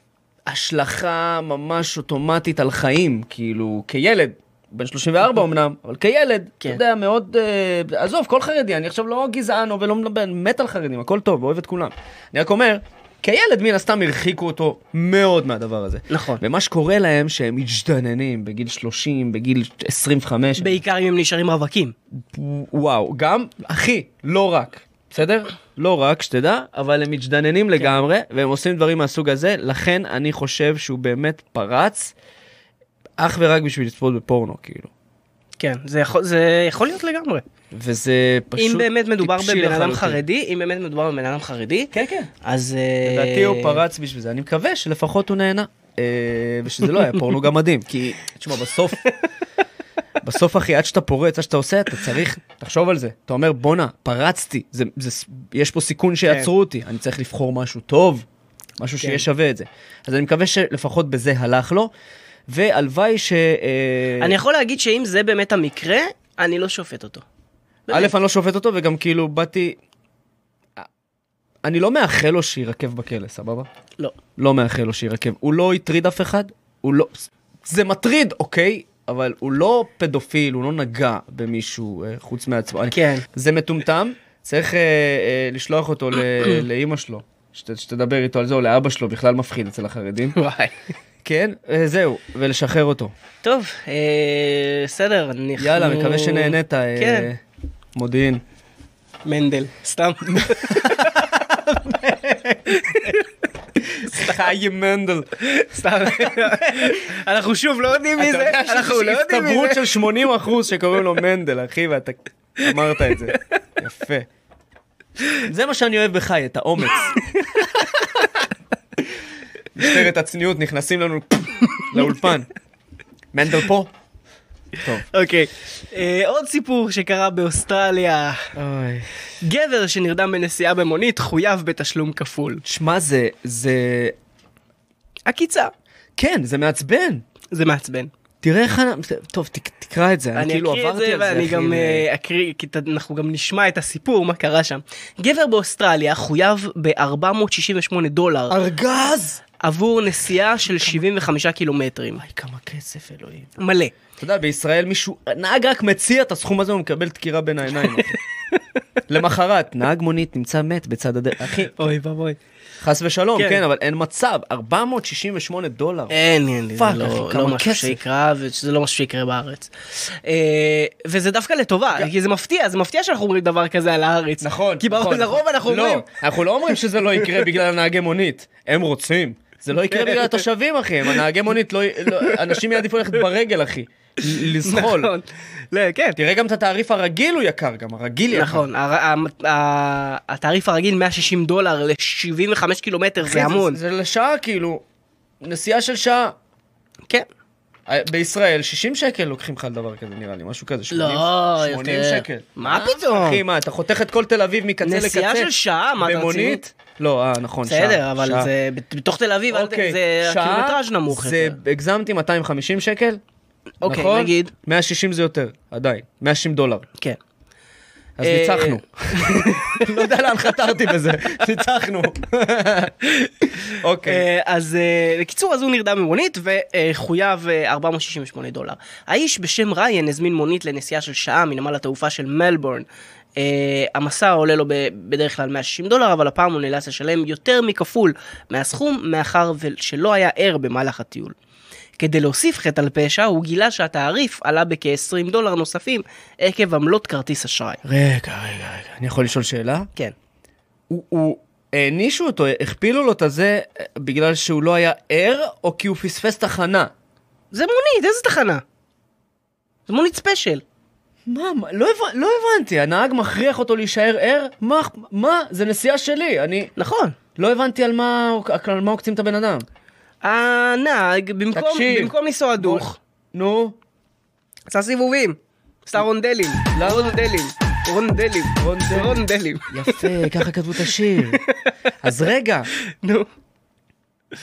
Speaker 1: השלכה ממש אוטומטית על חיים, כאילו, כילד. בן 34 אמנם, אבל כילד,
Speaker 2: כן.
Speaker 1: אתה יודע, מאוד... אה, עזוב, כל חרדי, אני עכשיו לא גזען או ולא מדבר, אני מת על חרדים, הכל טוב, אוהב את כולם. אני רק אומר, כילד מן הסתם הרחיקו אותו מאוד מהדבר הזה.
Speaker 2: נכון.
Speaker 1: ומה שקורה להם, שהם משתננים בגיל 30, בגיל 25.
Speaker 2: בעיקר אם הם נשארים רווקים.
Speaker 1: וואו, גם, אחי, לא רק, בסדר? לא רק, שתדע, אבל הם מתג'דננים לגמרי, והם עושים דברים מהסוג הזה, לכן אני חושב שהוא באמת פרץ, אך ורק בשביל לצפות בפורנו, כאילו.
Speaker 2: כן, זה יכול, זה יכול להיות לגמרי.
Speaker 1: וזה פשוט
Speaker 2: אם באמת מדובר
Speaker 1: טיפשי
Speaker 2: בבן אדם
Speaker 1: לחלוטין.
Speaker 2: חרדי, אם באמת מדובר בבן אדם חרדי,
Speaker 1: כן, כן.
Speaker 2: אז... אה,
Speaker 1: לדעתי הוא פרץ בשביל זה, אני מקווה שלפחות הוא נהנה. אה, ושזה לא היה פורנו גם מדהים, כי, תשמע, בסוף, בסוף אחי, עד שאתה פורץ, עד שאתה עושה, אתה צריך, תחשוב על זה. אתה אומר, בואנה, פרצתי, זה, זה, ס- יש פה
Speaker 2: כן.
Speaker 1: סיכון שיעצרו אותי, אני צריך לבחור משהו טוב, משהו שיהיה שווה את זה. אז אני מקווה שלפחות בזה הלך לו, והלוואי ש... אה,
Speaker 2: אני יכול להגיד שאם זה באמת המקרה, אני לא שופט אותו.
Speaker 1: א',
Speaker 2: באמת.
Speaker 1: אני לא שופט אותו, וגם כאילו, באתי... אני לא מאחל לו שיירקב בכלא, סבבה?
Speaker 2: לא.
Speaker 1: לא מאחל לו שיירקב. הוא לא הטריד אף אחד, הוא לא... זה מטריד, אוקיי? אבל הוא לא פדופיל, הוא לא נגע במישהו אה, חוץ מעצמו. אני-
Speaker 2: כן.
Speaker 1: זה מטומטם, צריך אה, אה, לשלוח אותו ל- לאימא שלו, שת, שתדבר איתו על זה, או לאבא שלו, בכלל מפחיד אצל החרדים.
Speaker 2: וואי.
Speaker 1: כן, אה, זהו, ולשחרר אותו.
Speaker 2: טוב, אה, בסדר, אנחנו...
Speaker 1: יאללה, מקווה שנהנית, אה,
Speaker 2: כן.
Speaker 1: מודיעין.
Speaker 2: מנדל, סתם.
Speaker 1: חי מנדל.
Speaker 2: סתם. אנחנו שוב לא יודעים מי זה, אנחנו לא יודעים מי
Speaker 1: הסתברות
Speaker 2: זה.
Speaker 1: של 80 אחוז שקוראים לו מנדל, אחי, ואתה אמרת את זה. יפה. זה מה שאני אוהב בך, את האומץ. משטרת הצניעות, נכנסים לנו לאולפן. מנדל פה? טוב.
Speaker 2: אוקיי. אה, עוד סיפור שקרה באוסטרליה.
Speaker 1: אוי.
Speaker 2: גבר שנרדם בנסיעה במונית חויב בתשלום כפול.
Speaker 1: שמע, זה, זה...
Speaker 2: עקיצה.
Speaker 1: כן, זה מעצבן.
Speaker 2: זה מעצבן.
Speaker 1: תראה איך... אני- טוב, תק- תקרא את זה, אני
Speaker 2: אני
Speaker 1: כאילו
Speaker 2: אקריא את
Speaker 1: עברתי
Speaker 2: זה
Speaker 1: על זה,
Speaker 2: ואני
Speaker 1: אחי,
Speaker 2: גם
Speaker 1: ו-
Speaker 2: אה, אקריא, כי ת- אנחנו גם נשמע את הסיפור, מה קרה שם. גבר באוסטרליה חויב ב-468 דולר
Speaker 1: ארגז!
Speaker 2: עבור נסיעה של 75 קילומטרים.
Speaker 1: וואי, כמה כסף, אלוהים.
Speaker 2: מלא.
Speaker 1: אתה יודע, בישראל מישהו, נהג רק מציע את הסכום הזה, הוא מקבל דקירה בין העיניים. אחי. למחרת, נהג מונית נמצא מת בצד הדרך. אחי,
Speaker 2: אוי ואבוי.
Speaker 1: חס ושלום,
Speaker 2: כן.
Speaker 1: כן, אבל אין מצב, 468 דולר.
Speaker 2: אין, אין, לי, זה
Speaker 1: פאק, אחי,
Speaker 2: לא-
Speaker 1: כמה
Speaker 2: לא משהו
Speaker 1: כסף.
Speaker 2: שיקרה, וזה לא משהו שיקרה בארץ. אה, וזה דווקא לטובה, כי זה מפתיע, זה מפתיע שאנחנו אומרים דבר כזה על הארץ.
Speaker 1: נכון,
Speaker 2: כי
Speaker 1: נכון.
Speaker 2: לרוב אנחנו אומרים,
Speaker 1: לא, אנחנו לא אומרים שזה לא יקרה בגלל הנהגי מונית, הם רוצים. זה לא יקרה בגלל התושבים, אחי, הם הנהגי מונית, לא, לא, אנשים יעדיפו ללכת ברגל, אחי, ל- לזחול.
Speaker 2: נכון. לא, כן,
Speaker 1: תראה גם את התעריף הרגיל הוא יקר, גם הרגיל יקר.
Speaker 2: נכון, הר- ה- ה- התעריף הרגיל 160 דולר ל-75 קילומטר
Speaker 1: אחי,
Speaker 2: זה המון.
Speaker 1: זה לשעה, כאילו, נסיעה של שעה.
Speaker 2: כן.
Speaker 1: אה, בישראל 60 שקל לוקחים לך על דבר כזה נראה לי, משהו כזה, 80,
Speaker 2: לא,
Speaker 1: 80
Speaker 2: יותר.
Speaker 1: שקל. אה,
Speaker 2: מה פתאום?
Speaker 1: אחי, מה, אתה חותך את כל תל אביב מקצה לקצה?
Speaker 2: נסיעה של שעה, מה, אתה
Speaker 1: במונית?
Speaker 2: רציני?
Speaker 1: לא, אה, נכון, שעה.
Speaker 2: בסדר, אבל
Speaker 1: שעה.
Speaker 2: זה בתוך תל אביב, אל ת-
Speaker 1: אוקיי,
Speaker 2: זה
Speaker 1: שעה,
Speaker 2: הקילומטראז' נמוך
Speaker 1: זה,
Speaker 2: יותר.
Speaker 1: הגזמתי 250 שקל,
Speaker 2: אוקיי,
Speaker 1: נכון?
Speaker 2: נגיד.
Speaker 1: 160 זה יותר, עדיין, 160 דולר.
Speaker 2: כן.
Speaker 1: אז
Speaker 2: אה,
Speaker 1: ניצחנו. לא יודע לאן חתרתי בזה, ניצחנו. אוקיי.
Speaker 2: אה, אז אה, בקיצור, אז הוא נרדם ממונית וחויב אה, 468 דולר. האיש בשם ריין הזמין מונית לנסיעה של שעה מנמל התעופה של מלבורן. Uh, המסע עולה לו ב- בדרך כלל 160 דולר, אבל הפעם הוא נאלץ לשלם יותר מכפול מהסכום, מאחר ו- שלא היה ער במהלך הטיול. כדי להוסיף חטא על פשע, הוא גילה שהתעריף עלה בכ-20 דולר נוספים עקב עמלות כרטיס אשראי.
Speaker 1: רגע, רגע, רגע, אני יכול לשאול שאלה?
Speaker 2: כן.
Speaker 1: הוא- הוא הענישו אותו, הכפילו לו את הזה אה, בגלל שהוא לא היה ער, או כי הוא פספס תחנה?
Speaker 2: זה מונית, איזה תחנה? זה מונית ספיישל.
Speaker 1: מה, מה, לא הבנ- לא הבנתי, הנהג מכריח אותו להישאר ער? מה, מה, זה נסיעה שלי, אני
Speaker 2: נכון.
Speaker 1: לא הבנתי על מה על מה עוקצים את הבן אדם.
Speaker 2: הנהג, במקום,
Speaker 1: תקשיב.
Speaker 2: במקום לנסוע דוך,
Speaker 1: נו,
Speaker 2: עשה סיבובים. עשה רונדלים. רונדלים. רונדלים.
Speaker 1: לא. רונדלים.
Speaker 2: רונדלים.
Speaker 1: יפה, ככה כתבו את השיר. אז רגע,
Speaker 2: נו.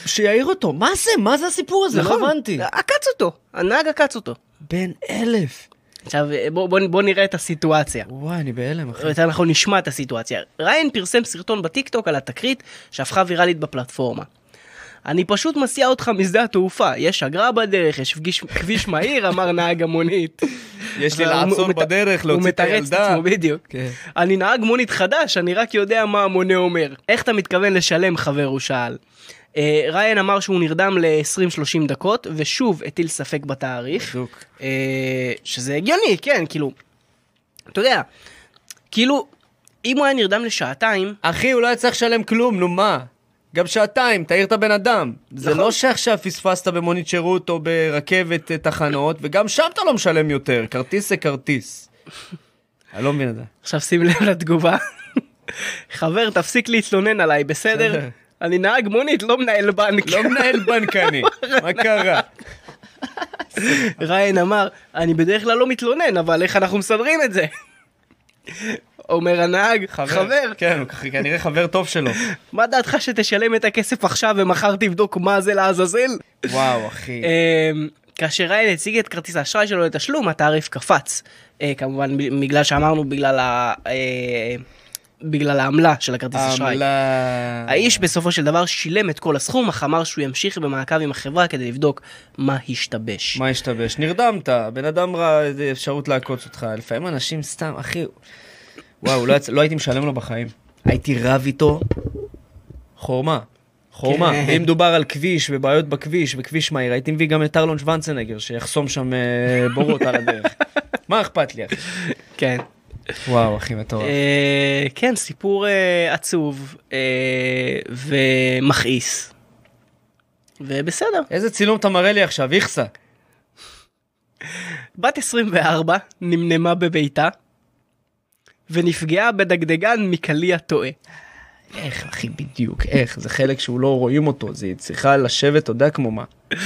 Speaker 1: שיעיר אותו, מה זה? מה זה הסיפור הזה? לא
Speaker 2: נכון.
Speaker 1: הבנתי.
Speaker 2: עקץ אותו. הנהג עקץ אותו.
Speaker 1: בן אלף.
Speaker 2: עכשיו, בואו בוא, בוא נראה את הסיטואציה.
Speaker 1: וואי, אני בהלם, אחי.
Speaker 2: או יותר נכון נשמע את הסיטואציה. ריין פרסם סרטון בטיקטוק על התקרית שהפכה ויראלית בפלטפורמה. אני פשוט מסיע אותך משדה התעופה, יש אגרה בדרך, יש פגיש, כביש מהיר, אמר נהג המונית.
Speaker 1: יש לי
Speaker 2: אבל הוא-
Speaker 1: לעצור
Speaker 2: הוא מת-
Speaker 1: בדרך, להוציא את
Speaker 2: הוא מתרץ את
Speaker 1: הילדה.
Speaker 2: עצמו, בדיוק.
Speaker 1: כן.
Speaker 2: אני נהג מונית חדש, אני רק יודע מה המונה אומר. איך אתה מתכוון לשלם, חבר? הוא שאל. אה, ריין אמר שהוא נרדם ל-20-30 דקות, ושוב הטיל ספק בתעריף.
Speaker 1: בדוק.
Speaker 2: אה, שזה הגיוני, כן, כאילו, אתה יודע, כאילו, אם הוא היה נרדם לשעתיים,
Speaker 1: אחי, הוא לא היה צריך לשלם כלום, נו מה? גם שעתיים, תעיר את הבן אדם. זה
Speaker 2: נכון.
Speaker 1: לא שעכשיו פספסת במונית שירות או ברכבת אה, תחנות, וגם שם אתה לא משלם יותר, כרטיס זה כרטיס. אני לא מבין את זה.
Speaker 2: עכשיו שים לב לתגובה, חבר, תפסיק להתלונן עליי, בסדר?
Speaker 1: בסדר.
Speaker 2: אני נהג מונית, לא מנהל בנק.
Speaker 1: לא מנהל בנק אני, מה קרה?
Speaker 2: ריין אמר, אני בדרך כלל לא מתלונן, אבל איך אנחנו מסדרים את זה? אומר הנהג, חבר,
Speaker 1: כן, הוא ככה כנראה חבר טוב שלו.
Speaker 2: מה דעתך שתשלם את הכסף עכשיו ומחר תבדוק מה זה לעזאזל?
Speaker 1: וואו, אחי.
Speaker 2: אמ, כאשר ריין הציג את כרטיס האשראי שלו לתשלום, התעריף קפץ. אה, כמובן, ב- בגלל שאמרנו, בגלל ה... אה, בגלל העמלה של הכרטיס אשראי.
Speaker 1: עמלה...
Speaker 2: האיש בסופו של דבר שילם את כל הסכום, אך אמר שהוא ימשיך במעקב עם החברה כדי לבדוק מה השתבש.
Speaker 1: מה השתבש? נרדמת, בן אדם רע, איזה אפשרות לעקוץ אותך. לפעמים אנשים סתם, אחי... וואו, לא, יצ... לא הייתי משלם לו בחיים. הייתי רב איתו חורמה. חורמה.
Speaker 2: כן.
Speaker 1: אם דובר על כביש ובעיות בכביש וכביש מהיר, הייתי מביא גם את ארלון שוונצנגר, שיחסום שם אה, בורות על הדרך. מה אכפת לי, אחי?
Speaker 2: כן.
Speaker 1: וואו, אחי, מטורף.
Speaker 2: אה, כן, סיפור אה, עצוב אה, ומכעיס. ובסדר.
Speaker 1: איזה צילום אתה מראה לי עכשיו, איכסה?
Speaker 2: בת 24 נמנמה בביתה ונפגעה בדגדגן מקליע טועה.
Speaker 1: איך, אחי, בדיוק, איך? זה חלק שהוא לא רואים אותו, זה היא צריכה לשבת, אתה יודע כמו מה. אתה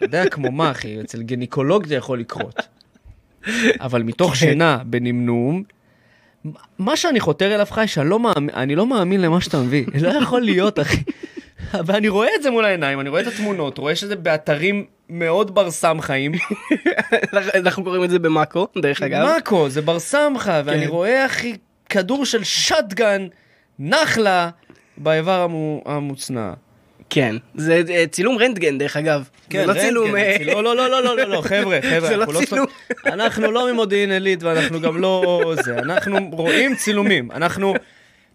Speaker 1: יודע כמו מה, אחי, אצל גינקולוג זה יכול לקרות. אבל מתוך שינה, בנמנום, מה שאני חותר אליו, חי, שאני לא מאמין, אני לא מאמין למה שאתה מביא. לא יכול להיות, אחי. ואני רואה את זה מול העיניים, אני רואה את התמונות, רואה שזה באתרים מאוד בר סמכאים.
Speaker 2: אנחנו קוראים את זה במאקו, דרך אגב.
Speaker 1: כאילו, מאקו, זה בר סמכה, ואני
Speaker 2: כן.
Speaker 1: רואה, אחי, כדור של שטגן, נחלה, באיבר המו- המוצנע.
Speaker 2: כן. זה אה, צילום רנטגן, דרך אגב. זה לא
Speaker 1: כן, רנטגן,
Speaker 2: צילום... אה,
Speaker 1: צילום- לא, לא, לא, לא, לא, לא, חבר'ה, חבר'ה.
Speaker 2: זה לא
Speaker 1: אנחנו סו-
Speaker 2: צילום.
Speaker 1: אנחנו לא ממודיעין עילית ואנחנו גם לא זה. אנחנו רואים צילומים. אנחנו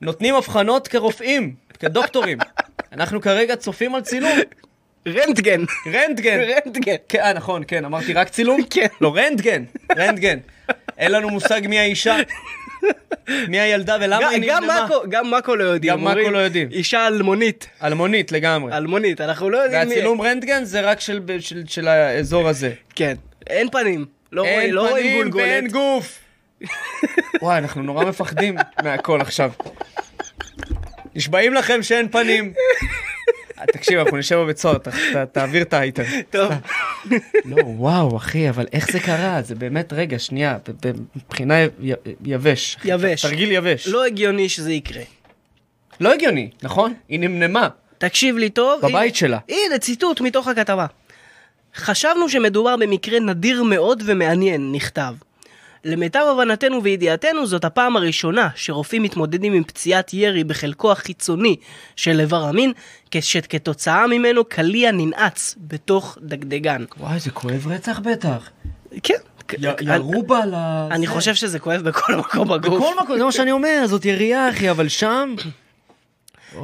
Speaker 1: נותנים אבחנות כרופאים, כדוקטורים. אנחנו כרגע צופים על צילום.
Speaker 2: רנטגן.
Speaker 1: רנטגן.
Speaker 2: רנטגן.
Speaker 1: כן, אה, נכון, כן, אמרתי רק צילום?
Speaker 2: כן.
Speaker 1: לא, רנטגן, רנטגן. אין לנו מושג מי האישה, מי הילדה ולמה
Speaker 2: גם-
Speaker 1: היא
Speaker 2: גם
Speaker 1: נמנמה.
Speaker 2: מאקו- גם מאקו לא יודעים.
Speaker 1: גם מאקו
Speaker 2: אומרים,
Speaker 1: לא יודעים.
Speaker 2: אישה אלמונית.
Speaker 1: אלמונית לגמרי.
Speaker 2: אלמונית, אנחנו לא יודעים מי...
Speaker 1: והצילום רנטגן זה רק של- של של האזור הזה.
Speaker 2: כן. אין פנים. לא רואים-
Speaker 1: אין
Speaker 2: לא רואים
Speaker 1: פנים
Speaker 2: גולגולת.
Speaker 1: ואין גוף. וואי, אנחנו נורא מפחדים מהכל עכשיו. נשבעים לכם שאין פנים. אה, תקשיב, אנחנו נשב בבית סוהר, ת- ת- תעביר את האייטם.
Speaker 2: טוב.
Speaker 1: לא, וואו, אחי, אבל איך זה קרה? זה באמת, רגע, שנייה, ב- ב- מבחינה י- יבש. אחי,
Speaker 2: יבש.
Speaker 1: ת- תרגיל יבש.
Speaker 2: לא הגיוני שזה יקרה.
Speaker 1: לא הגיוני, נכון? היא נמנמה.
Speaker 2: תקשיב לי טוב.
Speaker 1: בבית
Speaker 2: הנה-
Speaker 1: שלה.
Speaker 2: הנה ציטוט מתוך הכתבה. חשבנו שמדובר במקרה נדיר מאוד ומעניין, נכתב. למיטב הבנתנו וידיעתנו זאת הפעם הראשונה שרופאים מתמודדים עם פציעת ירי בחלקו החיצוני של איבר המין, כשכתוצאה ממנו קליע ננעץ בתוך דגדגן.
Speaker 1: וואי, זה כואב רצח בטח.
Speaker 2: כן.
Speaker 1: בה על ה...
Speaker 2: אני חושב שזה כואב בכל מקום בגוף.
Speaker 1: בכל מקום, זה מה שאני אומר, זאת ירייה, אחי, אבל שם...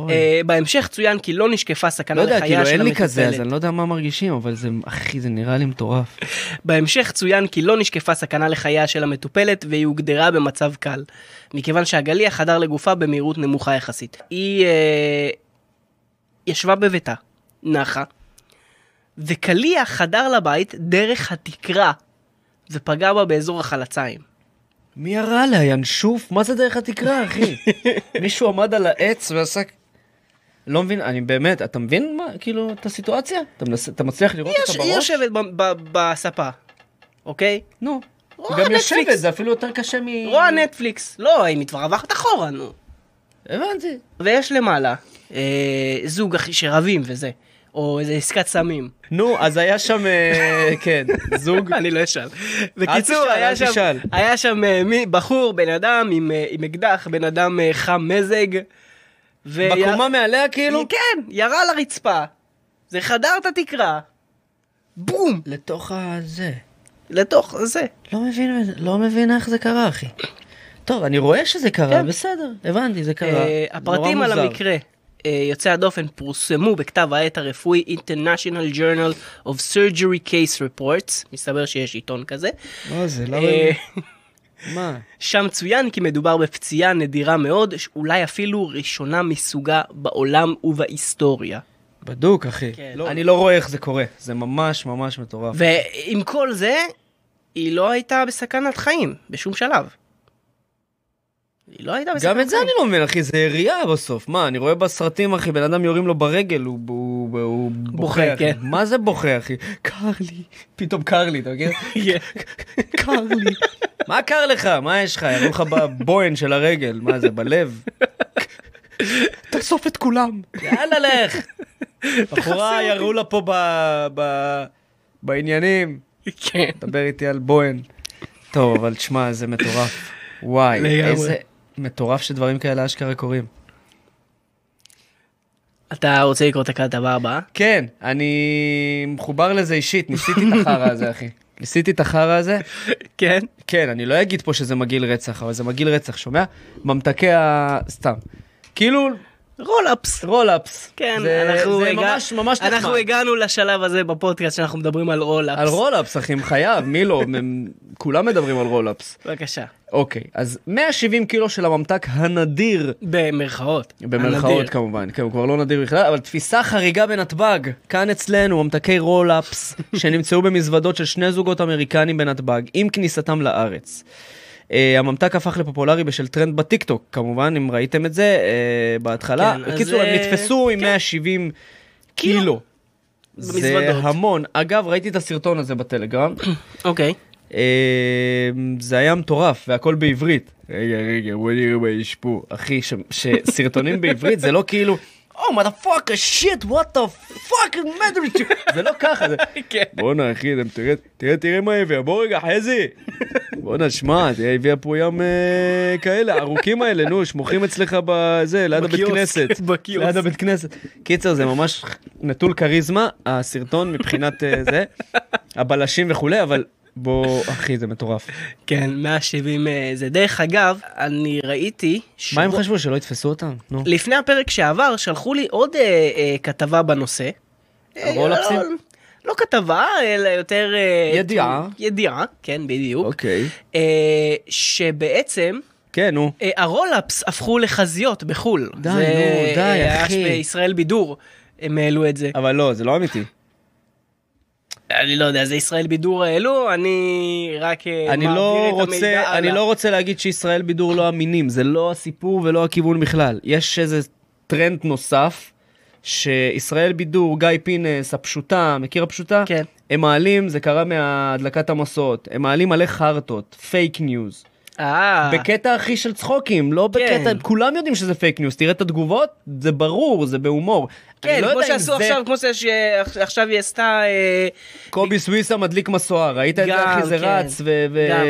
Speaker 2: אה, בהמשך צוין כי לא נשקפה
Speaker 1: לא
Speaker 2: סכנה
Speaker 1: יודע, כאילו,
Speaker 2: לחייה של
Speaker 1: אין לי כזה, אז
Speaker 2: המטופלת.
Speaker 1: אני לא יודע מה מרגישים, אבל זה, אחי, זה נראה לי מטורף.
Speaker 2: בהמשך צוין כי לא נשקפה סכנה לחייה של המטופלת והיא הוגדרה במצב קל, מכיוון שהגליע חדר לגופה במהירות נמוכה יחסית. היא אה, ישבה בביתה, נחה, וקליע חדר לבית דרך התקרה ופגע בה באזור החלציים.
Speaker 1: מי ירה לה? ינשוף? מה זה דרך התקרה, אחי? מישהו עמד על העץ ועשה... לא מבין, אני באמת, אתה מבין מה, כאילו, את הסיטואציה? אתה, מנס, אתה מצליח לראות
Speaker 2: היא, יש,
Speaker 1: אותה
Speaker 2: היא
Speaker 1: בראש?
Speaker 2: יושבת ב- ב- בספה, אוקיי?
Speaker 1: נו.
Speaker 2: רואה
Speaker 1: היא גם
Speaker 2: נטפליקס.
Speaker 1: יושבת, זה אפילו יותר קשה מ...
Speaker 2: רואה נטפליקס. לא, היא מתרווחת אחורה, נו.
Speaker 1: הבנתי.
Speaker 2: ויש למעלה אה, זוג אחי שרבים וזה, או איזה עסקת סמים.
Speaker 1: נו, אז היה שם, אה, כן, זוג.
Speaker 2: אני לא אשאל. בקיצור,
Speaker 1: תשאל,
Speaker 2: היה
Speaker 1: אל
Speaker 2: שם,
Speaker 1: תשאל.
Speaker 2: היה שם אה, מי, בחור, בן אדם עם, אה, עם אקדח, בן אדם אה, חם מזג. ו-
Speaker 1: בקומה מעליה, כאילו?
Speaker 2: אה, כן, ירה לרצפה. זה חדר את התקרה. בום!
Speaker 1: לתוך הזה.
Speaker 2: לתוך זה.
Speaker 1: לא מבין, לא מבין איך זה קרה, אחי. טוב, אני רואה שזה קרה,
Speaker 2: כן.
Speaker 1: בסדר, הבנתי, זה קרה.
Speaker 2: אה, הפרטים
Speaker 1: נורא
Speaker 2: על
Speaker 1: מוזר.
Speaker 2: המקרה אה, יוצא הדופן פורסמו בכתב העת הרפואי International Journal of Surgery Case Reports, מסתבר שיש עיתון כזה.
Speaker 1: מה זה, למה...
Speaker 2: אה,
Speaker 1: מה?
Speaker 2: שם צוין כי מדובר בפציעה נדירה מאוד, אולי אפילו ראשונה מסוגה בעולם ובהיסטוריה.
Speaker 1: בדוק, אחי.
Speaker 2: כן.
Speaker 1: לא- אני לא רואה איך זה קורה. זה ממש ממש מטורף.
Speaker 2: ועם כל זה, היא לא הייתה בסכנת חיים בשום שלב. היא לא הייתה בסכנת
Speaker 1: גם
Speaker 2: חיים.
Speaker 1: את זה אני לא מבין, אחי, זה ירייה בסוף. מה, אני רואה בסרטים, אחי, בן אדם יורים לו ברגל, הוא- הוא הוא- הוא
Speaker 2: בוכה,
Speaker 1: בוכה, אחי.
Speaker 2: כן.
Speaker 1: מה זה בוכה, אחי? קר לי. פתאום קר לי, אתה מכיר? קר לי. מה קר לך? מה יש לך? ירו לך בבוהן של הרגל. מה זה, בלב? תאסוף את כולם. יאללה, לך. בחורה, ירו לה פה ב- ב- בעניינים.
Speaker 2: כן.
Speaker 1: דבר איתי על בוהן. טוב, אבל תשמע, זה מטורף. וואי,
Speaker 2: לגמרי.
Speaker 1: איזה מטורף שדברים כאלה אשכרה קורים.
Speaker 2: אתה רוצה לקרוא את הכתבה הבאה?
Speaker 1: כן, אני מחובר לזה אישית, ניסיתי את החרא הזה, אחי. ניסיתי את החרא הזה.
Speaker 2: כן.
Speaker 1: כן, אני לא אגיד פה שזה מגעיל רצח, אבל זה מגעיל רצח, שומע? ממתקי ה... סתם. כאילו,
Speaker 2: רולאפס.
Speaker 1: רולאפס.
Speaker 2: כן,
Speaker 1: זה,
Speaker 2: אנחנו,
Speaker 1: זה
Speaker 2: הגע-
Speaker 1: ממש ממש נחמד.
Speaker 2: אנחנו הגענו לשלב הזה בפודקאסט שאנחנו מדברים על רולאפס.
Speaker 1: על רולאפס, אחי, חייב, מי לא? הם- כולם מדברים על רולאפס.
Speaker 2: בבקשה.
Speaker 1: אוקיי, אז 170 קילו של הממתק הנדיר
Speaker 2: במרכאות.
Speaker 1: במרכאות
Speaker 2: הנדיר.
Speaker 1: כמובן, כן, הוא כבר לא נדיר בכלל, אבל תפיסה חריגה בנתב"ג, כאן אצלנו, ממתקי רולאפס, שנמצאו במזוודות של שני זוגות אמריקנים בנתב"ג, עם כניסתם לארץ. Uh, הממתק הפך לפופולרי בשל טרנד בטיקטוק, כמובן, אם ראיתם את זה uh, בהתחלה.
Speaker 2: כן, אז,
Speaker 1: בקיצור,
Speaker 2: אה, כאילו,
Speaker 1: הם נתפסו עם 170 קילו. זה
Speaker 2: במזוודות.
Speaker 1: המון. אגב, ראיתי את הסרטון הזה בטלגרם.
Speaker 2: אוקיי.
Speaker 1: אה, אמ, זה היה מטורף והכל בעברית. רגע רגע what do you ישפו אחי ש- שסרטונים בעברית זה לא כאילו. או מודפאקר שיט וואט דה פאק מטר זה לא ככה זה.
Speaker 2: כן.
Speaker 1: בואנה אחי זה- תראה תראה תראה מה הביא בוא רגע חזי. בואנה, שמע, תהיה הביאה פה ים אה, כאלה, הארוכים האלה, נו, שמוחים אצלך בזה, ליד הבית
Speaker 2: בקיוסק,
Speaker 1: כנסת.
Speaker 2: בקיוסק.
Speaker 1: ליד הבית כנסת. קיצר, זה ממש נטול כריזמה, הסרטון מבחינת אה, זה, הבלשים וכולי, אבל בוא, אחי, זה מטורף.
Speaker 2: כן, 170 אה, זה. דרך אגב, אני ראיתי...
Speaker 1: מה הם
Speaker 2: שבוע-
Speaker 1: חשבו, שלא יתפסו אותם? נו.
Speaker 2: לפני הפרק שעבר שלחו לי עוד אה, אה, כתבה בנושא. אה,
Speaker 1: רולקסים?
Speaker 2: לא- לא כתבה, אלא יותר... אה,
Speaker 1: ידיעה.
Speaker 2: ידיעה, כן, בדיוק.
Speaker 1: אוקיי.
Speaker 2: אה, שבעצם...
Speaker 1: כן, נו.
Speaker 2: אה, הרולאפס הפכו לחזיות בחו"ל.
Speaker 1: די,
Speaker 2: זה,
Speaker 1: נו, די,
Speaker 2: אה, היה
Speaker 1: אחי.
Speaker 2: בישראל בידור, הם העלו את זה.
Speaker 1: אבל לא, זה לא אמיתי.
Speaker 2: אני לא יודע, זה ישראל בידור העלו, אני רק אה,
Speaker 1: אני
Speaker 2: מעביר
Speaker 1: לא
Speaker 2: את המידע
Speaker 1: רוצה, אני
Speaker 2: הלאה.
Speaker 1: לא רוצה להגיד שישראל בידור לא אמינים, זה לא הסיפור ולא הכיוון בכלל. יש איזה טרנד נוסף, שישראל בידור, גיא פינס, הפשוטה, מכיר הפשוטה?
Speaker 2: כן.
Speaker 1: הם מעלים, זה קרה מהדלקת המסעות, הם מעלים מלא חרטות, פייק ניוז.
Speaker 2: אה,
Speaker 1: בקטע הכי של צחוקים, לא
Speaker 2: כן.
Speaker 1: בקטע, כולם יודעים שזה פייק ניוז, תראה את התגובות, זה ברור, זה בהומור.
Speaker 2: כן,
Speaker 1: אני לא
Speaker 2: כמו
Speaker 1: יודע אם
Speaker 2: שעשו
Speaker 1: זה-
Speaker 2: עכשיו, כמו שעכשיו היא עשתה... אה,
Speaker 1: קובי סוויסה מדליק מסועה, ראית את זה
Speaker 2: גם,
Speaker 1: אחי? זה
Speaker 2: כן.
Speaker 1: רץ,
Speaker 2: גם,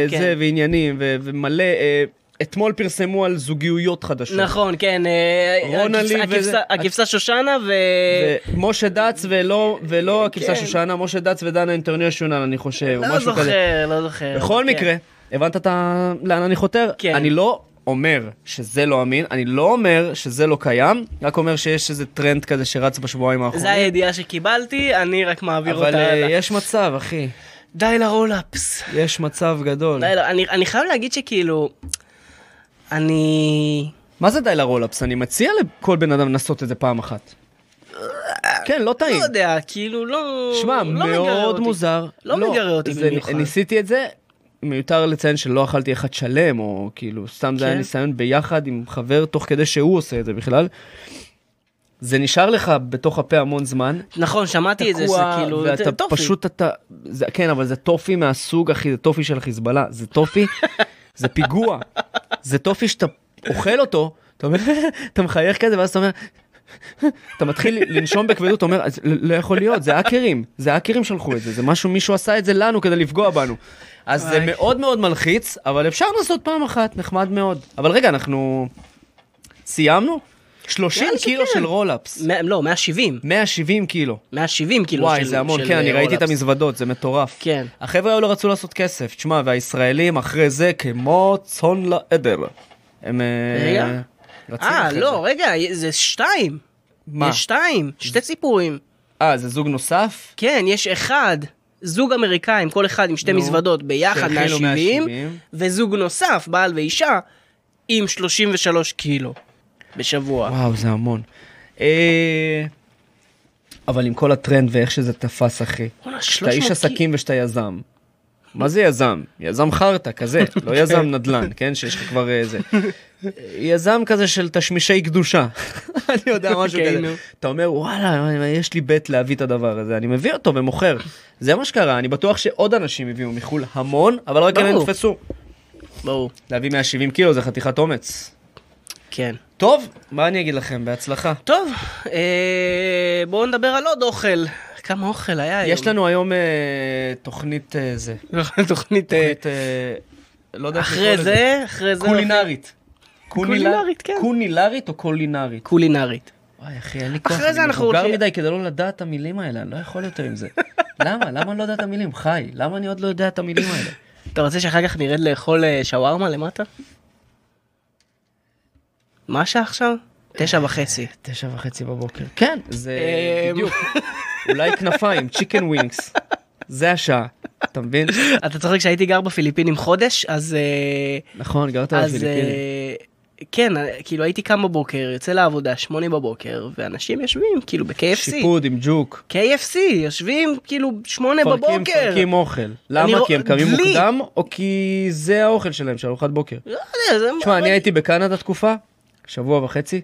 Speaker 2: כן.
Speaker 1: וזה, ועניינים, ו- ומלא... אה, אתמול פרסמו על זוגיות חדשות.
Speaker 2: נכון, כן, אה,
Speaker 1: רונלי
Speaker 2: הכבשה-
Speaker 1: וזה-
Speaker 2: הכבשה- הכבשה שושנה ו...
Speaker 1: ומשה דץ ולא, ולא הכבשה
Speaker 2: כן.
Speaker 1: שושנה, משה דץ ודנה אינטרנשיונל, אני חושב, או
Speaker 2: לא
Speaker 1: משהו כזה.
Speaker 2: זוכר, לא זוכר.
Speaker 1: בכל
Speaker 2: כן.
Speaker 1: מקרה, הבנת את ה... לאן אני חותר?
Speaker 2: כן.
Speaker 1: אני לא אומר שזה לא אמין, אני לא אומר שזה לא קיים, רק אומר שיש איזה טרנד כזה שרץ בשבועיים
Speaker 2: זה
Speaker 1: האחרונים.
Speaker 2: הידיעה שקיבלתי, אני רק מעביר
Speaker 1: אבל
Speaker 2: אותה
Speaker 1: אה,
Speaker 2: הלאה.
Speaker 1: יש מצב, אחי.
Speaker 2: די לרולאפס.
Speaker 1: יש מצב גדול.
Speaker 2: די, לא, אני, אני חייב להגיד שכאילו, אני...
Speaker 1: מה זה די לרולאפס? אני מציע לכל בן אדם לנסות את זה פעם אחת. כן, לא
Speaker 2: לא
Speaker 1: טעים.
Speaker 2: יודע, כאילו, לא...
Speaker 1: שמע,
Speaker 2: לא מגרה
Speaker 1: מאוד
Speaker 2: אותי.
Speaker 1: מוזר.
Speaker 2: לא מגרה אותי
Speaker 1: זה-
Speaker 2: במיוחד.
Speaker 1: ניסיתי את זה, מיותר לציין שלא אכלתי אחד שלם, או כאילו, סתם זה היה
Speaker 2: כן.
Speaker 1: ניסיון ביחד עם חבר, תוך כדי שהוא עושה את זה בכלל. זה נשאר לך בתוך הפה המון זמן.
Speaker 2: נכון, שמעתי את זה, זה
Speaker 1: תקוע,
Speaker 2: כאילו...
Speaker 1: ואתה
Speaker 2: זה טופי.
Speaker 1: פשוט אתה... זה, כן, אבל זה טופי מהסוג, אחי, זה טופי של חיזבאללה. זה טופי, זה פיגוע. זה טופי שאתה אוכל אותו, אתה אומר, אתה מחייך כזה, ואז אתה אומר... אתה מתחיל לנשום בכבדות, אתה אומר, "אז לא לא יכול להיות, זה האקרים, זה האקרים שלחו את זה, זה משהו, מישהו עשה את זה לנו כדי לפגוע בנו. אז זה
Speaker 2: וואי.
Speaker 1: מאוד מאוד מלחיץ, אבל אפשר לנסות פעם אחת, נחמד מאוד. אבל רגע, אנחנו סיימנו? 30
Speaker 2: נראה לי
Speaker 1: קילו
Speaker 2: שכן.
Speaker 1: של רולאפס,
Speaker 2: מאה- לא, 170.
Speaker 1: 170 קילו.
Speaker 2: 170 כאילו
Speaker 1: וואי,
Speaker 2: של-
Speaker 1: זה המון,
Speaker 2: של,
Speaker 1: כן, אני
Speaker 2: אה,
Speaker 1: ראיתי את
Speaker 2: רולאפס.
Speaker 1: המזוודות, זה מטורף.
Speaker 2: כן.
Speaker 1: החבר'ה האלו רצו לעשות כסף, תשמע, והישראלים אחרי זה כמו צאן לעדר. הם... אה,
Speaker 2: רגע.
Speaker 1: רצים
Speaker 2: אה,
Speaker 1: אחרי
Speaker 2: לא,
Speaker 1: זה.
Speaker 2: רגע, זה שתיים.
Speaker 1: מה?
Speaker 2: יש שתיים, שתי סיפורים.
Speaker 1: אה, זה זוג נוסף?
Speaker 2: כן, יש אחד, זוג אמריקאים, כל אחד עם שתי
Speaker 1: נו,
Speaker 2: מזוודות ביחד,
Speaker 1: שהכילו
Speaker 2: 170,
Speaker 1: 170.
Speaker 2: וזוג נוסף, בעל ואישה, עם 33 קילו בשבוע.
Speaker 1: וואו, זה המון. אה, אבל עם כל הטרנד ואיך שזה תפס, אחי.
Speaker 2: וואלה,
Speaker 1: שאתה
Speaker 2: 300
Speaker 1: איש
Speaker 2: קילו.
Speaker 1: עסקים ושאתה יזם. מה זה יזם? יזם חרטא כזה, לא יזם נדל"ן, כן? שיש לך כבר אה, זה. יזם כזה של תשמישי קדושה. אני יודע, משהו
Speaker 2: אוקיי, נו.
Speaker 1: כזה. אתה אומר, וואלה, יש לי בית להביא את הדבר הזה, אני מביא אותו ומוכר. זה מה שקרה, אני בטוח שעוד אנשים הביאו מחול המון, אבל רק הם
Speaker 2: ברור.
Speaker 1: נתפסו.
Speaker 2: ברור,
Speaker 1: להביא 170 קילו זה חתיכת אומץ.
Speaker 2: כן.
Speaker 1: טוב, מה אני אגיד לכם? בהצלחה.
Speaker 2: טוב, אה, בואו נדבר על עוד אוכל. כמה אוכל היה היום?
Speaker 1: יש לנו היום אה, תוכנית אה, זה.
Speaker 2: תוכנית... אה,
Speaker 1: תוכנית, אה, לא יודע איך לקרוא
Speaker 2: אחרי
Speaker 1: לזה.
Speaker 2: זה, אחרי זה...
Speaker 1: קולינרית.
Speaker 2: קולינרית, כן.
Speaker 1: קולינרית או קולינרית?
Speaker 2: קולינרית.
Speaker 1: וואי, אחי, אין לי כוח.
Speaker 2: אחרי זה
Speaker 1: אני
Speaker 2: אנחנו
Speaker 1: מבוגר
Speaker 2: הולכים-
Speaker 1: מדי כדי לא לדעת את המילים האלה, אני לא יכול יותר עם זה. למה? למה אני לא יודע את המילים? חי, למה אני עוד לא יודע את המילים האלה?
Speaker 2: אתה רוצה שאחר כך נרד לאכול אה, שווארמה למטה? מה השעה עכשיו? תשע וחצי.
Speaker 1: תשע וחצי בבוקר. כן, זה
Speaker 2: אמ.
Speaker 1: בדיוק. אולי כנפיים, צ'יקן ווינקס. זה השעה, אתה מבין?
Speaker 2: אתה צוחק שהייתי גר בפיליפינים חודש, אז... אה,
Speaker 1: נכון, גרת
Speaker 2: אז...
Speaker 1: בפיליפינים.
Speaker 2: אה, כן, אה, כאילו הייתי קם בבוקר, יוצא לעבודה, שמונה בבוקר, ואנשים יושבים, כאילו ב-KFC.
Speaker 1: שיפוד עם ג'וק.
Speaker 2: KFC, יושבים כאילו שמונה
Speaker 1: מפרקים,
Speaker 2: בבוקר.
Speaker 1: מפרקים אוכל. למה?
Speaker 2: רוא-
Speaker 1: כי הם קמים
Speaker 2: דלי.
Speaker 1: מוקדם, או כי זה האוכל שלהם, של ארוחת בוקר.
Speaker 2: לא יודע, זה...
Speaker 1: תשמע, אני
Speaker 2: אבל-
Speaker 1: הייתי בקנדה תקופה, שבוע וחצי,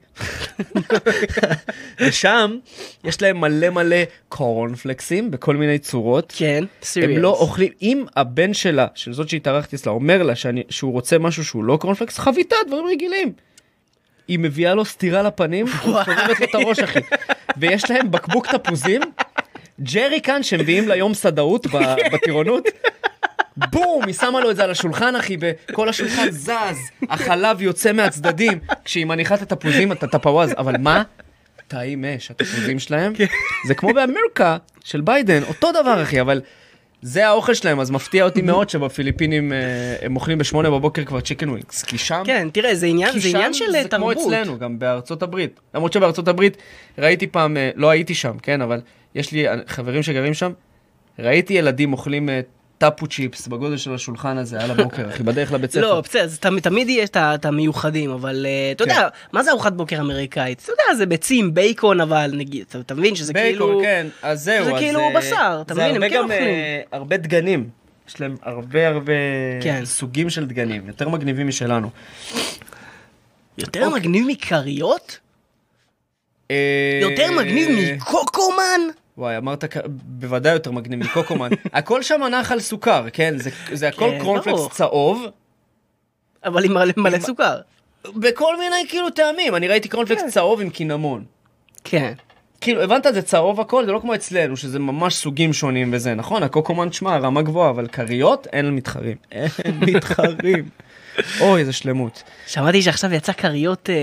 Speaker 1: ושם יש להם מלא מלא קורנפלקסים בכל מיני צורות.
Speaker 2: כן,
Speaker 1: הם
Speaker 2: סיריוס.
Speaker 1: לא אוכלים, אם הבן שלה, של זאת שהתארחתי אצלה, אומר לה שאני, שהוא רוצה משהו שהוא לא קורנפלקס, חביתה, דברים רגילים. היא מביאה לו סטירה לפנים, הוא סובבת לו את הראש, אחי. ויש להם כן. בקבוק תפוזים, ג'רי כאן שמביאים ליום סדאות ב- בטירונות, בום! היא שמה לו את זה על השולחן, אחי, וכל השולחן זז, החלב יוצא מהצדדים, כשהיא מניחה את התפוזים, את הטפווז, אבל מה? טעים אש, התפוזים שלהם. זה כמו באמריקה של ביידן, אותו דבר, אחי, אבל... זה האוכל שלהם, אז מפתיע אותי מאוד שבפיליפינים אה, הם אוכלים בשמונה בבוקר כבר צ'יקן ווינגס, כי שם...
Speaker 2: כן, תראה, זה עניין,
Speaker 1: כי
Speaker 2: זה
Speaker 1: שם
Speaker 2: עניין של אה,
Speaker 1: זה כמו
Speaker 2: תרבות.
Speaker 1: אצלנו, גם בארצות הברית. למרות שבארצות הברית ראיתי פעם, אה, לא הייתי שם, כן, אבל יש לי אה, חברים שגרים שם, ראיתי ילדים אוכלים אה, טאפו צ'יפס בגודל של השולחן הזה על הבוקר, אחי, בדרך לבית ספר.
Speaker 2: לא, בסדר, אז תמ- תמיד יש את ה- את המיוחדים, אבל אה,
Speaker 1: כן.
Speaker 2: אתה יודע, מה זה ארוחת בוקר אמריקאית? אתה יודע, זה ביצים, בייקון, אבל נגיד, אתה- אתה מבין שזה
Speaker 1: בייקון,
Speaker 2: כאילו...
Speaker 1: כן, אז זהו.
Speaker 2: זה
Speaker 1: אז,
Speaker 2: כאילו
Speaker 1: אה,
Speaker 2: בשר, אתה
Speaker 1: זה
Speaker 2: מבין? הם
Speaker 1: הרבה
Speaker 2: כן
Speaker 1: גם, אה,
Speaker 2: אוכלים.
Speaker 1: הרבה דגנים. יש להם הרבה הרבה
Speaker 2: כן.
Speaker 1: סוגים של דגנים, יותר מגניבים משלנו.
Speaker 2: יותר
Speaker 1: אוקיי.
Speaker 2: מגניב מכריות?
Speaker 1: אה,
Speaker 2: יותר מגניב מקוקומן?
Speaker 1: וואי, אמרת כ- בוודאי יותר מגניב מקוקומן. הכל שם נח על סוכר, כן? זה, זה הכל
Speaker 2: כן, ברור.
Speaker 1: קרונפלקס צהוב,
Speaker 2: אבל עם מלא- מלא סוכר.
Speaker 1: בכל מיני כאילו טעמים. אני ראיתי קרונפלקס צהוב עם קינמון.
Speaker 2: כן.
Speaker 1: כאילו, הבנת? זה צהוב הכל, זה לא כמו אצלנו, שזה ממש סוגים שונים וזה. נכון, הקוקומן, שמע, רמה גבוהה, אבל כריות, אין מתחרים. אין מתחרים. אוי, איזה שלמות.
Speaker 2: שמעתי שעכשיו יצא כריות, אה,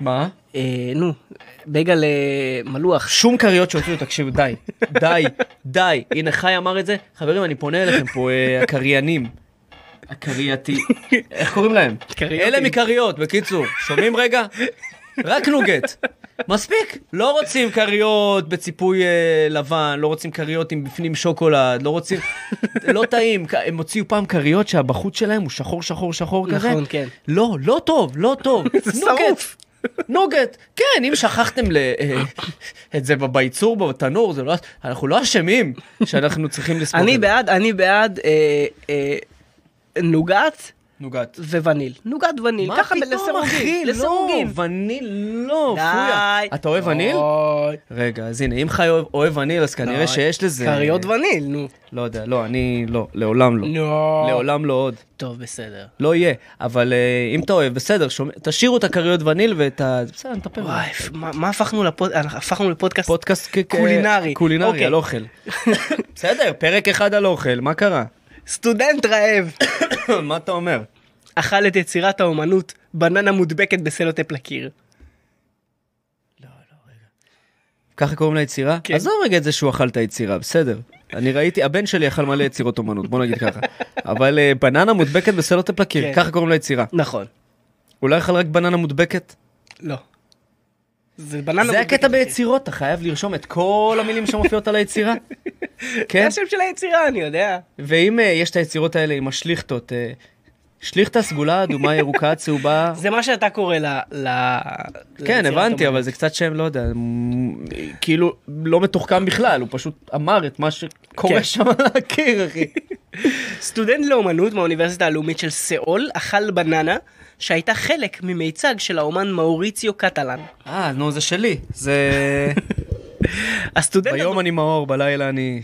Speaker 1: מה?
Speaker 2: אה, נו, בגל אה, מלוח.
Speaker 1: שום כריות שהוציאו, תקשיבו, די, די, די. הנה חי אמר את זה, חברים, אני פונה אליכם פה, אה, הקריינים. הקרייתי. איך קוראים להם?
Speaker 2: קרייתים.
Speaker 1: אלה מקריות, בקיצור. שומעים רגע? רק נוגט. מספיק. לא רוצים כריות בציפוי אה, לבן, לא רוצים כריות עם בפנים שוקולד, לא רוצים... לא טעים. כ- הם הוציאו פעם כריות שהבחוץ שלהם הוא שחור, שחור, שחור כזה.
Speaker 2: נכון, כן.
Speaker 1: לא, לא טוב, לא טוב.
Speaker 2: זה
Speaker 1: נוגט.
Speaker 2: שרוף.
Speaker 1: נוגט, כן, אם שכחתם ל- אה, את זה בייצור, בתנור, זה לא... אנחנו לא אשמים שאנחנו צריכים לספוג את
Speaker 2: אני
Speaker 1: זה.
Speaker 2: בעד, אני בעד אה, אה, נוגת
Speaker 1: נוגט.
Speaker 2: ווניל. נוגת וניל.
Speaker 1: מה
Speaker 2: ככה
Speaker 1: פתאום,
Speaker 2: לסירוגין,
Speaker 1: אחי? לא,
Speaker 2: לסירוגין.
Speaker 1: וניל לא,
Speaker 2: די. לא.
Speaker 1: פויה. אתה אוהב וניל?
Speaker 2: אוי.
Speaker 1: רגע, אז הנה, אם חי אוהב- אוהב וניל, אז
Speaker 2: אוי.
Speaker 1: כנראה שיש לזה...
Speaker 2: כריות וניל, נו.
Speaker 1: לא יודע, לא, אני... לא, לעולם לא.
Speaker 2: נו.
Speaker 1: לעולם לא עוד.
Speaker 2: טוב, בסדר.
Speaker 1: לא יהיה. אבל אה, אם אתה אוהב, בסדר, שומע- תשאירו את הכריות וניל ואת ה... בסדר, נטפל. בזה.
Speaker 2: וואי, מה מה הפכנו לפודקאסט? הפכנו לפודקאסט
Speaker 1: פודקאסט כ- כ-
Speaker 2: קולינרי.
Speaker 1: קולינרי,
Speaker 2: אוקיי.
Speaker 1: על אוכל. בסדר, פרק אחד על אוכל, מה קרה?
Speaker 2: סטודנט רעב.
Speaker 1: מה אתה אומר?
Speaker 2: אכל את יצירת האומנות, בננה מודבקת בסלוטפ לקיר.
Speaker 1: ככה קוראים ליצירה?
Speaker 2: כן.
Speaker 1: עזוב רגע את זה שהוא אכל את היצירה, בסדר. אני ראיתי, הבן שלי אכל מלא יצירות אומנות, בוא נגיד ככה. אבל אה, בננה מודבקת בסלוטפ
Speaker 2: כן.
Speaker 1: לקיר, ככה קוראים ליצירה.
Speaker 2: נכון.
Speaker 1: אולי אכל רק בננה מודבקת?
Speaker 2: לא. זה בננה
Speaker 1: זה הקטע
Speaker 2: מודבקת.
Speaker 1: ביצירות, אתה חייב לרשום את כל המילים שמופיעות על היצירה.
Speaker 2: זה
Speaker 1: כן?
Speaker 2: השם של היצירה, אני יודע.
Speaker 1: ואם אה, יש את היצירות האלה עם השליכטות, אה, שליכטה סגולה, אדומה, ירוקה, צהובה,
Speaker 2: זה מה שאתה קורא ל... ל...
Speaker 1: כן,
Speaker 2: ליצירת
Speaker 1: הבנתי,
Speaker 2: אומנות.
Speaker 1: אבל זה קצת שם, לא יודע, מ- כאילו, לא מתוחכם בכלל, הוא פשוט אמר את מה
Speaker 2: כן.
Speaker 1: שקורה שם על הקיר, אחי.
Speaker 2: סטודנט לאומנות מהאוניברסיטה הלאומית של סאול אכל בננה שהייתה חלק ממיצג של האומן מאוריציו קטלן.
Speaker 1: אה, נו, זה שלי. זה...
Speaker 2: הסטודנט...
Speaker 1: ביום אני מאור, בלילה אני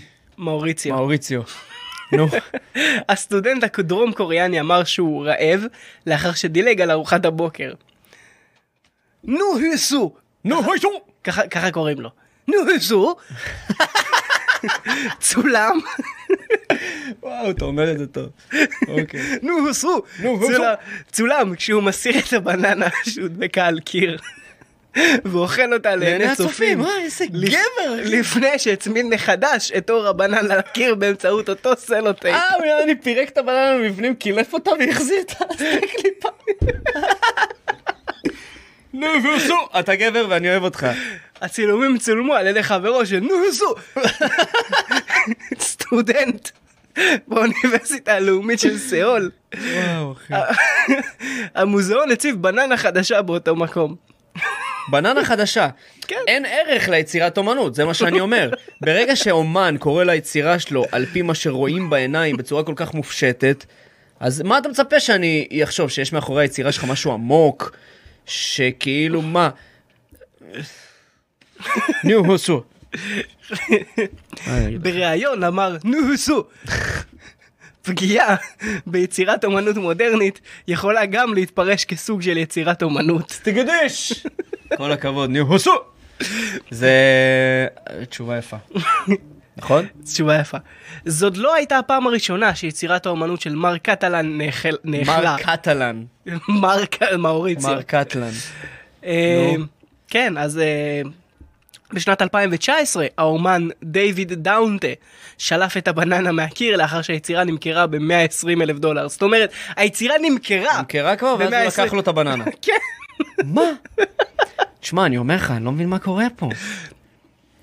Speaker 2: מאוריציו.
Speaker 1: מאוריציו. נו,
Speaker 2: הסטודנט הדרום קוריאני אמר שהוא רעב לאחר שדילג על ארוחת הבוקר. נו היסו!
Speaker 1: נו, אוי, שום!
Speaker 2: ככה ככה קוראים לו. נו היסו! צולם!
Speaker 1: וואו, אתה אומר את זה טוב. אוקיי.
Speaker 2: נו היסו!
Speaker 1: נו, היסו.
Speaker 2: צולם- צולם כשהוא מסיר את הבננה שהודבקה על קיר. ואוכל אותה לעיני צופים.
Speaker 1: אה, איזה גבר, אחי.
Speaker 2: לפני שהצמיד מחדש את אור הבננה לקיר באמצעות אותו סלוטייפ.
Speaker 1: אה, הוא נראה לי פירק את הבננה מבפנים, קילף אותה והחזיר את הקליפה. נו, ועשו! אתה גבר ואני אוהב אותך.
Speaker 2: הצילומים צולמו על ידי חברו של נוסו, סטודנט באוניברסיטה הלאומית של סאול.
Speaker 1: וואו, אחי.
Speaker 2: המוזיאון הציב בננה חדשה באותו מקום.
Speaker 1: בננה חדשה.
Speaker 2: כן.
Speaker 1: אין ערך ליצירת אומנות, זה מה שאני אומר. ברגע שאומן קורא ליצירה שלו על פי מה שרואים בעיניים בצורה כל כך מופשטת, אז מה אתה מצפה שאני אחשוב שיש מאחורי היצירה שלך משהו עמוק, שכאילו מה? ניו הוסו.
Speaker 2: בריאיון אמר נוסו, פגיעה ביצירת אומנות מודרנית יכולה גם להתפרש כסוג של יצירת אומנות.
Speaker 1: תגדיש! אה, כל הכבוד, ניו הוסו! זה תשובה יפה. נכון?
Speaker 2: תשובה יפה. זאת לא הייתה הפעם הראשונה שיצירת האומנות של מר קטלן נאכל- נאכלה.
Speaker 1: מר קטלן.
Speaker 2: מר ק- מאוריציו.
Speaker 1: מר קטלן.
Speaker 2: אה,
Speaker 1: נו.
Speaker 2: כן, אז אה, בשנת 2019 האומן דיוויד דאונטה שלף את הבננה מהקיר לאחר שהיצירה נמכרה ב-120 אלף דולר. זאת אומרת, היצירה נמכרה.
Speaker 1: נמכרה כבר, ואז הוא
Speaker 2: במאה עשרים.
Speaker 1: לקח לו את הבננה.
Speaker 2: כן.
Speaker 1: מה? תשמע, אני אומר לך, אני לא מבין מה קורה פה.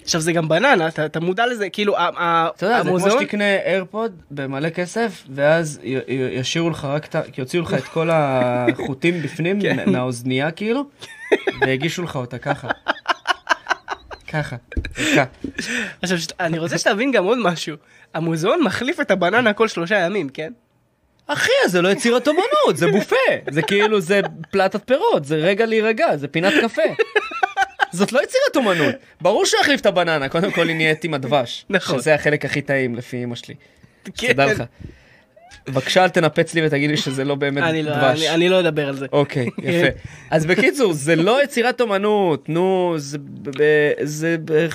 Speaker 2: עכשיו זה גם בננה, אתה, אתה מודע לזה, כאילו ה- ה-
Speaker 1: אתה יודע, זה כמו
Speaker 2: המוזיאון,
Speaker 1: שתקנה איירפוד במלא כסף, ואז י- י- ישאירו לך רק את ה... כי יוציאו לך את כל החוטים בפנים,
Speaker 2: כן.
Speaker 1: מה- מהאוזנייה כאילו, והגישו לך אותה ככה. ככה. ריקה.
Speaker 2: עכשיו שת- אני רוצה שתבין גם עוד משהו, המוזיאון מחליף את הבננה כל שלושה ימים, כן?
Speaker 1: אחי, אז זה לא יצירת אומנות, זה בופה. זה כאילו, זה פלטת פירות, זה רגע להירגע, זה פינת קפה. זאת לא יצירת אומנות. ברור שיחליף את הבננה, קודם כל היא נהיית עם הדבש.
Speaker 2: נכון.
Speaker 1: שזה החלק הכי טעים, לפי אמא שלי.
Speaker 2: כן.
Speaker 1: תדע לך. בבקשה, אל תנפץ לי ותגיד לי שזה לא באמת
Speaker 2: אני לא,
Speaker 1: דבש.
Speaker 2: אני, אני לא אדבר על זה.
Speaker 1: אוקיי, יפה. אז בקיצור, זה לא יצירת אומנות, נו, זה ב- ב- זה ב-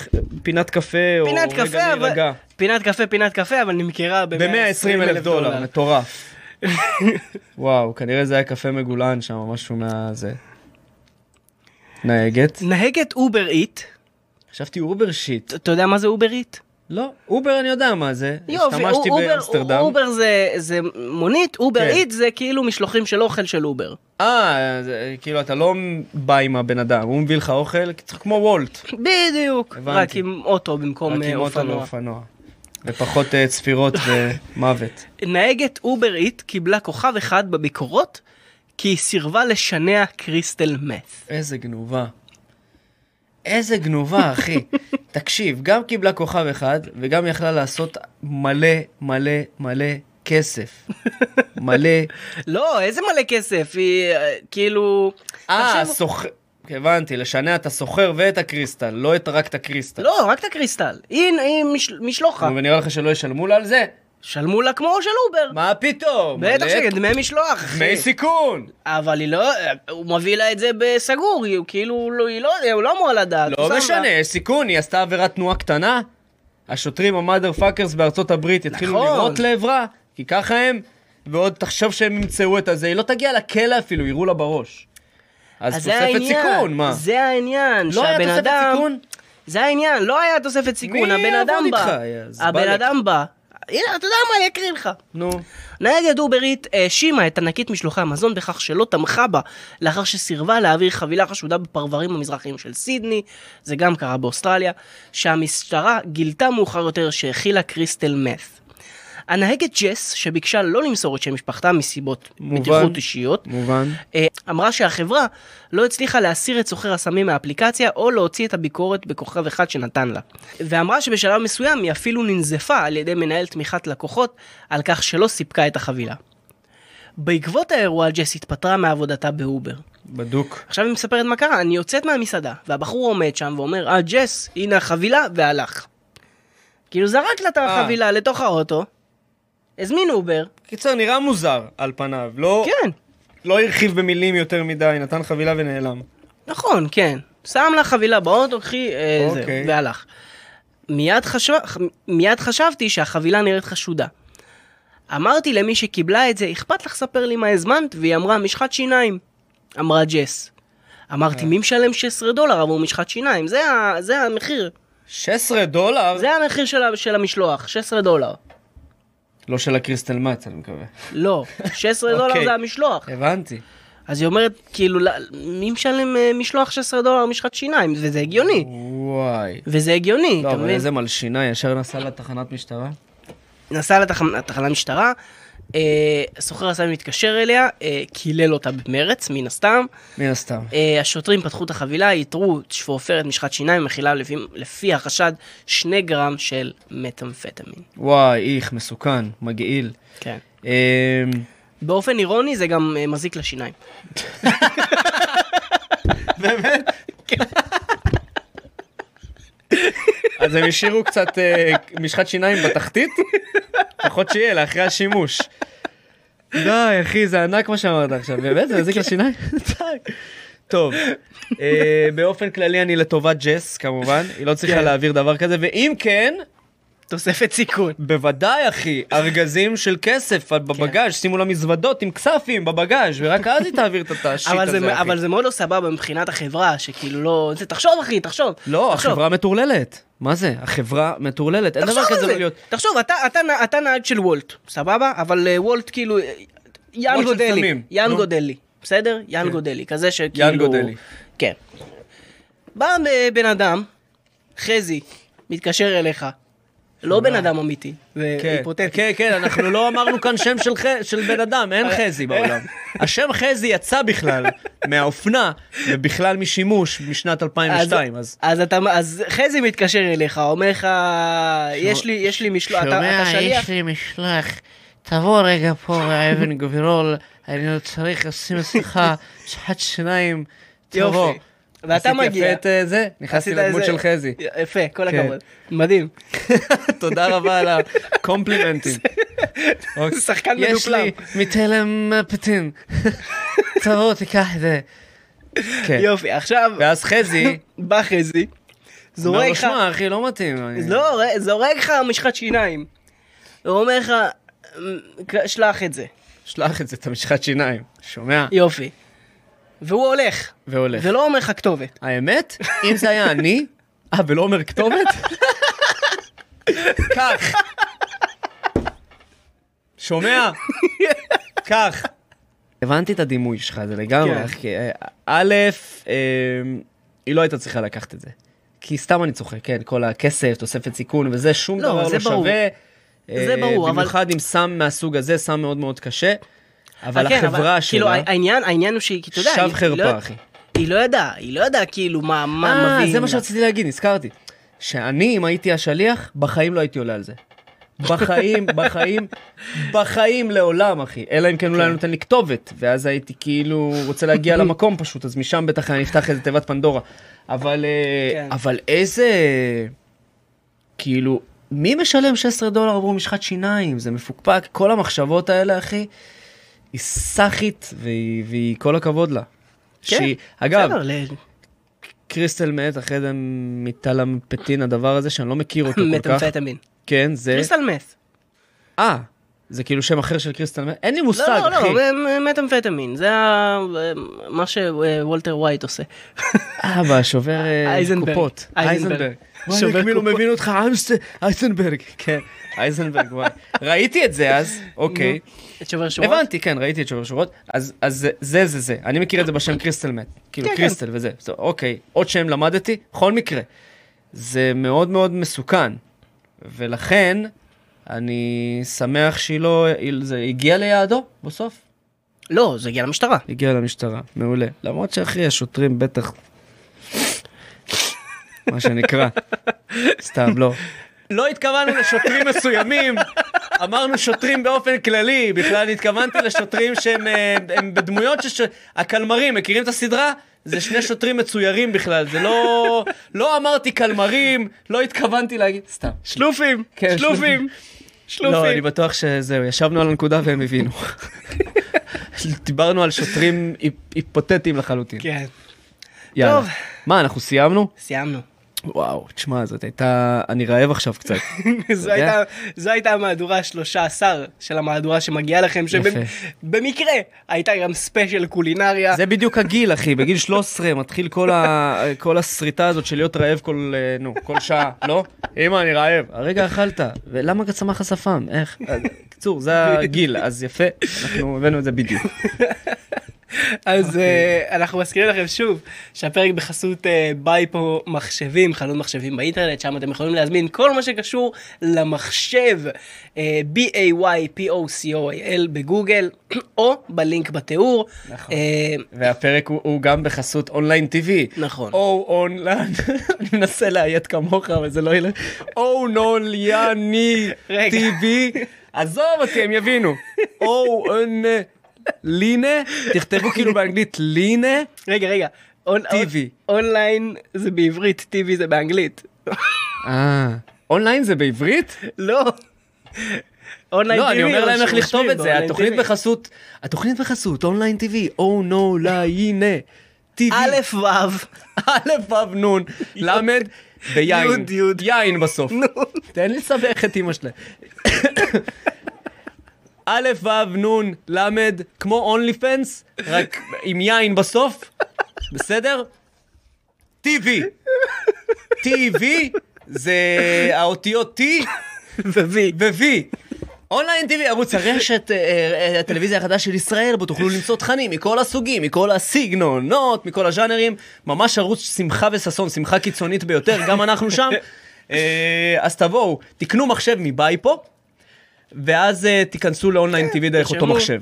Speaker 1: פינת קפה, או
Speaker 2: פינת
Speaker 1: רגע
Speaker 2: קפה, אבל...
Speaker 1: להירגע.
Speaker 2: פינת קפה, פינת קפה, אבל נמכרה ב-120
Speaker 1: ב-120 אלף דולר, מטורף. וואו, כנראה זה היה קפה מגולן שם, משהו מהזה. נהגת?
Speaker 2: נהגת אובר איט,
Speaker 1: חשבתי אובר שיט.
Speaker 2: אתה יודע מה זה אובר איט?
Speaker 1: לא, אובר אני יודע מה זה. השתמשתי
Speaker 2: אובר-
Speaker 1: באמסטרדם.
Speaker 2: אובר זה- זה מונית, אובר
Speaker 1: כן.
Speaker 2: איט זה כאילו משלוחים של אוכל של אובר.
Speaker 1: אה, זה- כאילו אתה לא בא עם הבן אדם, הוא מביא לך אוכל, כאילו, כמו וולט.
Speaker 2: בדיוק.
Speaker 1: הבנתי.
Speaker 2: רק עם אוטו במקום
Speaker 1: רק
Speaker 2: אה,
Speaker 1: עם אוטו
Speaker 2: אופנוע.
Speaker 1: ואופנוע. ופחות אה, צפירות ומוות.
Speaker 2: נהגת אובר איט קיבלה כוכב אחד בביקורות, כי היא סירבה לשנע קריסטל מת.
Speaker 1: איזה גנובה. איזה גנובה, אחי. תקשיב, גם קיבלה כוכב אחד, וגם יכלה לעשות מלא, מלא, מלא כסף. מלא...
Speaker 2: לא, איזה מלא כסף, היא אה, כאילו...
Speaker 1: אה,
Speaker 2: תחשוב-
Speaker 1: סוחר... הבנתי, לשנע את הסוחר ואת הקריסטל, לא את רק את הקריסטל.
Speaker 2: לא, רק את הקריסטל. הנה, היא משל- משלוחה.
Speaker 1: נו, ונראה לך שלא ישלמו לה על זה?
Speaker 2: שלמו לה כמו של אובר.
Speaker 1: מה פתאום?
Speaker 2: בטח
Speaker 1: מלא
Speaker 2: שדמי משלוח, אחי.
Speaker 1: דמי סיכון!
Speaker 2: אבל היא לא, הוא מביא לה את זה בסגור, היא כאילו, לא- היא לא, הוא לא אמור לדעת. הוא שם
Speaker 1: לא
Speaker 2: בה.
Speaker 1: משנה, יש סיכון, היא עשתה עבירת תנועה קטנה. השוטרים, המאדר פאקרס בארצות הברית, יתחילו
Speaker 2: נכון.
Speaker 1: לראות לעברה, כי ככה הם, ועוד תחשוב שהם ימצאו את הזה, היא לא תגיע לכלא אפילו, יירו לה בראש. אז
Speaker 2: זה
Speaker 1: תוספת
Speaker 2: העניין,
Speaker 1: סיכון, מה?
Speaker 2: זה העניין,
Speaker 1: לא היה
Speaker 2: שהבן
Speaker 1: תוספת
Speaker 2: אדם...
Speaker 1: סיכון?
Speaker 2: זה העניין, לא היה תוספת סיכון, הבן
Speaker 1: יעבוד
Speaker 2: אדם
Speaker 1: איתך?
Speaker 2: בא.
Speaker 1: אז
Speaker 2: הבן
Speaker 1: בא לך.
Speaker 2: אדם בא. הנה, אתה יודע מה, אני אקריא לך.
Speaker 1: נו,
Speaker 2: נהגת אוברית האשימה אה, את ענקית משלוחי המזון בכך שלא תמכה בה לאחר שסירבה להעביר חבילה חשודה בפרברים המזרחיים של סידני, זה גם קרה באוסטרליה, שהמשטרה גילתה מאוחר יותר שהכילה קריסטל מת. הנהגת ג'ס, שביקשה לא למסור את שם משפחתה מסיבות
Speaker 1: מובן.
Speaker 2: בטיחות אישיות,
Speaker 1: מובן.
Speaker 2: אה, אמרה שהחברה לא הצליחה להסיר את סוחר הסמים מהאפליקציה או להוציא את הביקורת בכוכב אחד שנתן לה. ואמרה שבשלב מסוים היא אפילו ננזפה על ידי מנהל תמיכת לקוחות על כך שלא סיפקה את החבילה. בעקבות האירוע ג'ס התפטרה מעבודתה באובר.
Speaker 1: בדוק.
Speaker 2: עכשיו היא מספרת מה קרה, אני יוצאת מהמסעדה, והבחור עומד שם ואומר, אה ג'ס, הנה החבילה, והלך. כאילו זרק לה את
Speaker 1: אה.
Speaker 2: החבילה לתוך האוטו, הזמין אובר,
Speaker 1: קיצר, נראה מוזר על פניו, לא,
Speaker 2: כן.
Speaker 1: לא הרחיב במילים יותר מדי, נתן חבילה ונעלם.
Speaker 2: נכון, כן. שם לה חבילה באוטו, קחי, אה, זהו,
Speaker 1: אוקיי.
Speaker 2: והלך. מיד, חשב... ח- מיד חשבתי שהחבילה נראית חשודה. אמרתי למי שקיבלה את זה, אכפת לך ספר לי מה הזמנת? והיא אמרה, משחת שיניים. אמרה ג'ס.
Speaker 1: אה.
Speaker 2: אמרתי, מי משלם 16 דולר עבור משחת שיניים? זה, ה... זה המחיר.
Speaker 1: 16 דולר?
Speaker 2: זה המחיר של, ה... של המשלוח, 16 דולר.
Speaker 1: לא של הקריסטל מאץ, אני מקווה.
Speaker 2: לא, 16 דולר
Speaker 1: אוקיי.
Speaker 2: זה המשלוח.
Speaker 1: הבנתי.
Speaker 2: אז היא אומרת, כאילו, "לא, מי משלם אה, משלוח 16 דולר על משחת שיניים? וזה הגיוני.
Speaker 1: וואי.
Speaker 2: וזה הגיוני,
Speaker 1: לא,
Speaker 2: אתה
Speaker 1: אבל
Speaker 2: מבין?
Speaker 1: איזה מלשינה, ישר נסע לתחנת משטרה?
Speaker 2: נסע לתחנה לתחנת משטרה, אה, סוחר הסמים התקשר אליה, אה, קילל אותה במרץ, מן הסתם.
Speaker 1: מן הסתם.
Speaker 2: אה, השוטרים פתחו את החבילה, איתרו שפופרת משחת שיניים מכילה לפי, לפי החשד שני גרם של מטאמפטמין.
Speaker 1: וואי, איך, מסוכן, מגעיל.
Speaker 2: כן.
Speaker 1: אמ,
Speaker 2: באופן אירוני זה גם אה, מזיק לשיניים.
Speaker 1: אז הם השאירו קצת אה, משחת שיניים בתחתית? לפחות שיהיה, לאחרי השימוש. די, אחי, זה ענק מה שאמרת עכשיו, באמת, זה
Speaker 2: כן.
Speaker 1: מזיק לשיניים? די. טוב, אה, באופן כללי אני לטובת ג'ס, כמובן, היא לא צריכה
Speaker 2: כן.
Speaker 1: להעביר דבר כזה, ואם כן,
Speaker 2: תוספת סיכון.
Speaker 1: בוודאי, אחי, ארגזים של כסף
Speaker 2: כן.
Speaker 1: בבגאז', שימו לה מזוודות עם כספים בבגאז', ורק אז היא תעביר את השיט
Speaker 2: אבל
Speaker 1: הזה,
Speaker 2: זה,
Speaker 1: אחי.
Speaker 2: אבל זה מאוד לא סבבה מבחינת החברה, שכאילו לא... זה, תחשוב אחי, תחשוב.
Speaker 1: לא,
Speaker 2: תחשוב.
Speaker 1: החברה מטורללת. מה זה? החברה מטורללת. אין דבר כזה
Speaker 2: תחשוב על
Speaker 1: לא
Speaker 2: זה.
Speaker 1: להיות.
Speaker 2: תחשוב, אתה, אתה, נ- אתה נהג של וולט, סבבה? אבל אה, וולט כאילו... אה, יאן
Speaker 1: וולט של
Speaker 2: גודלי,
Speaker 1: סמים,
Speaker 2: יאן
Speaker 1: נו. כן.
Speaker 2: גודלי, בסדר? יאן גודלי, כזה שכאילו...
Speaker 1: יאן גודלי.
Speaker 2: כן. בא אה, בן אדם, חזי, מתקשר אליך. לא בן אדם אמיתי, זה
Speaker 1: כן,
Speaker 2: היפותטי.
Speaker 1: כן, כן, אנחנו לא אמרנו כאן שם של ח- של בן אדם, אין חזי בעולם. השם חזי יצא בכלל מהאופנה ובכלל משימוש משנת 2002, כן, אז...
Speaker 2: אז אתה, אז חזי מתקשר אליך, אומר לך, יש לי, יש לי
Speaker 1: לא,
Speaker 2: משלוח, אתה,
Speaker 4: שומע,
Speaker 2: אתה שליח,
Speaker 4: יש לי משלח. תבוא רגע פה, האבן גבירול, אני לא צריך לשים אצלך שחת שיניים. תבוא.
Speaker 2: יופי. ואתה
Speaker 1: עשיתי
Speaker 2: מגיע.
Speaker 1: יפה את אה, זה, נכנסתי
Speaker 2: עשית
Speaker 1: לדמות
Speaker 2: איזה-
Speaker 1: של חזי.
Speaker 2: יפה, כל
Speaker 1: כן.
Speaker 2: הכבוד. מדהים.
Speaker 1: תודה רבה על הקומפלימנטים.
Speaker 2: זה שחקן
Speaker 4: יש
Speaker 2: מדופלם.
Speaker 4: לי מתלם פטין. תבוא, תיקח את זה.
Speaker 1: כן.
Speaker 2: יופי, עכשיו
Speaker 1: ואז חזי,
Speaker 2: בא חזי,
Speaker 1: אומר
Speaker 2: זורק
Speaker 1: לו,
Speaker 2: לך,
Speaker 1: שמע, אחי, לא מתאים. אני-
Speaker 2: לא, ר- זורק לך משחת שיניים. הוא אומר לך, "מ- שלח את זה.
Speaker 1: שלח את זה, את המשחת שיניים, שומע?
Speaker 2: יופי. והוא הולך,
Speaker 1: והולך.
Speaker 2: ולא אומר לך כתובת.
Speaker 1: האמת, אם זה היה אני, אה, ולא אומר כתובת? כך. שומע? כך. הבנתי את הדימוי שלך, זה
Speaker 2: כן.
Speaker 1: לגמרי, אחי. אה, א', אה, היא לא הייתה צריכה לקחת את זה. כי סתם אני צוחק, כן, כל הכסף, תוספת סיכון וזה, שום
Speaker 2: לא,
Speaker 1: דבר
Speaker 2: זה
Speaker 1: לא
Speaker 2: ברור.
Speaker 1: שווה. אה,
Speaker 2: זה ברור, אבל-
Speaker 1: במיוחד עם סם מהסוג הזה, סם מאוד מאוד קשה. אבל
Speaker 2: כן,
Speaker 1: החברה
Speaker 2: כאילו,
Speaker 1: שלה,
Speaker 2: הע- העניין, העניין הוא שהיא, אתה יודע,
Speaker 1: שב
Speaker 2: היא- היא
Speaker 1: חרפה,
Speaker 2: לא-
Speaker 1: אחי.
Speaker 2: היא לא ידעה, היא לא ידעה כאילו מה, מה
Speaker 1: אה,
Speaker 2: מביאים.
Speaker 1: זה מה
Speaker 2: לה.
Speaker 1: שרציתי להגיד, נזכרתי. שאני, אם הייתי השליח, בחיים לא הייתי עולה על זה. בחיים, בחיים, בחיים לעולם, אחי. אלא אם כן אולי נותן לי כתובת, ואז הייתי כאילו רוצה להגיע למקום פשוט, אז משם בטח היה נפתח איזה תיבת פנדורה. אבל, אה,
Speaker 2: כן.
Speaker 1: אבל איזה... כאילו, מי משלם 16 דולר עבור משחת שיניים? זה מפוקפק, כל המחשבות האלה, אחי, היא סאחית, והיא, והיא כל הכבוד לה.
Speaker 2: כן,
Speaker 1: שהיא, אגב,
Speaker 2: בסדר, ל-
Speaker 1: קריסטל מת אחרי זה מטלמפטין הדבר הזה שאני לא מכיר אותו כל כך.
Speaker 2: מטמפטמין.
Speaker 1: כן, זה...
Speaker 2: קריסטל מת.
Speaker 1: אה, זה כאילו שם אחר של קריסטל מת? אין לי מושג,
Speaker 2: לא, לא,
Speaker 1: אחי.
Speaker 2: לא, מ- מטמפטמין, זה ה- אה, מה שוולטר ווייט עושה.
Speaker 1: אבא, שובר אה,
Speaker 2: אייזנברג.
Speaker 1: קופות.
Speaker 2: אייזנברג.
Speaker 1: וואי,
Speaker 2: שובר
Speaker 1: אני כאילו
Speaker 2: קופות.
Speaker 1: מבין אותך, אמסט... אייזנברג. כן, אייזנברג, וואי. ראיתי את זה אז, אוקיי.
Speaker 2: את שובר שורות?
Speaker 1: הבנתי, כן, ראיתי את שובר שורות. אז אז זה- זה זה זה. אני מכיר את זה בשם קריסטל מת. כאילו
Speaker 2: כן, כן.
Speaker 1: קריסטל וזה. זה- אוקיי, עוד שם למדתי, בכל מקרה. זה מאוד מאוד מסוכן. ולכן, אני שמח שהיא לא... היא- זה הגיע ליעדו בסוף?
Speaker 2: לא, זה הגיע למשטרה.
Speaker 1: הגיע למשטרה, מעולה. למרות שאחי, השוטרים בטח... מה שנקרא. סתם, לא. לא התכוונו לשוטרים מסוימים, אמרנו שוטרים באופן כללי, בכלל התכוונתי לשוטרים שהם אה, הם בדמויות של... ש- הקלמרים, מכירים את הסדרה? זה שני שוטרים מצוירים בכלל, זה לא... לא אמרתי קלמרים, לא התכוונתי להגיד... סתם.
Speaker 2: שלופים,
Speaker 1: כן, שלופים. לא, אני בטוח שזהו, ישבנו על הנקודה והם הבינו. דיברנו על שוטרים היפ- היפותטיים לחלוטין.
Speaker 2: כן,
Speaker 1: יאללה.
Speaker 2: טוב.
Speaker 1: מה, אנחנו סיימנו?
Speaker 2: סיימנו.
Speaker 1: וואו, תשמע, זאת הייתה... אני רעב עכשיו קצת. כן.
Speaker 2: זו הייתה- זו הייתה המהדורה ה-13 של המהדורה שמגיעה לכם, שבמקרה הייתה גם ספיישל קולינריה.
Speaker 1: זה בדיוק הגיל, אחי, בגיל 13 מתחיל כל ה- כל הסריטה הזאת של להיות רעב כל, אה, נו, כל שעה, לא? אמא, אני רעב. הרגע אכלת, ולמה צמח השפם? איך? אז- בקיצור, זה הגיל, אז יפה, אנחנו הבאנו את זה בדיוק.
Speaker 2: אז אה, אנחנו מזכירים לכם שוב שהפרק בחסות אה, ביי פה מחשבים, חנות מחשבים באינטרנט, שם אתם יכולים להזמין כל מה שקשור למחשב אה, B-A-Y-P-O-C-O-I-L בגוגל, או בלינק בתיאור. נכון.
Speaker 1: והפרק הוא, הוא גם בחסות אונליין TV.
Speaker 2: נכון.
Speaker 1: או אונליין, אני מנסה לאיית כמוך, אבל זה לא ילך. או נוליאני
Speaker 2: רגע.
Speaker 1: TV. עזוב אותי, הם יבינו. או לינה, תכתבו כאילו באנגלית לינה.
Speaker 2: רגע, רגע. און-
Speaker 1: TV.
Speaker 2: און- אונליין זה בעברית, TV זה באנגלית.
Speaker 1: אה, אונליין זה בעברית?
Speaker 2: לא. אונליין
Speaker 1: לא, אני
Speaker 2: TV,
Speaker 1: אומר
Speaker 2: אבל
Speaker 1: להם איך
Speaker 2: שרושמים
Speaker 1: לכתוב את זה.
Speaker 2: באונליין
Speaker 1: התוכנית
Speaker 2: TV.
Speaker 1: בחסות, התוכנית בחסות, אונליין TV, או נוליאנה. TV.
Speaker 2: א' ו',
Speaker 1: א', ו', נ', ל', ביין.
Speaker 2: יוד, יוד.
Speaker 1: יין בסוף. תן לי לסבך את אימא שלהם. א', ו', נ', ל', כמו אונלי פנס, רק עם יין בסוף, בסדר? TV. TV זה האותיות T
Speaker 2: ו-V.
Speaker 1: ו-V. אונליין TV, ערוץ הרשת, אה, אה, הטלוויזיה החדש של ישראל, בו תוכלו למצוא תכנים מכל הסוגים, מכל הסגנונות, מכל הז'אנרים, ממש ערוץ שמחה וששון, שמחה קיצונית ביותר, גם אנחנו שם. אה, אז תבואו, תקנו מחשב מבייפו, ואז אה, תיכנסו לאונליין TV דרך אותו
Speaker 2: תרשמו.
Speaker 1: מחשב.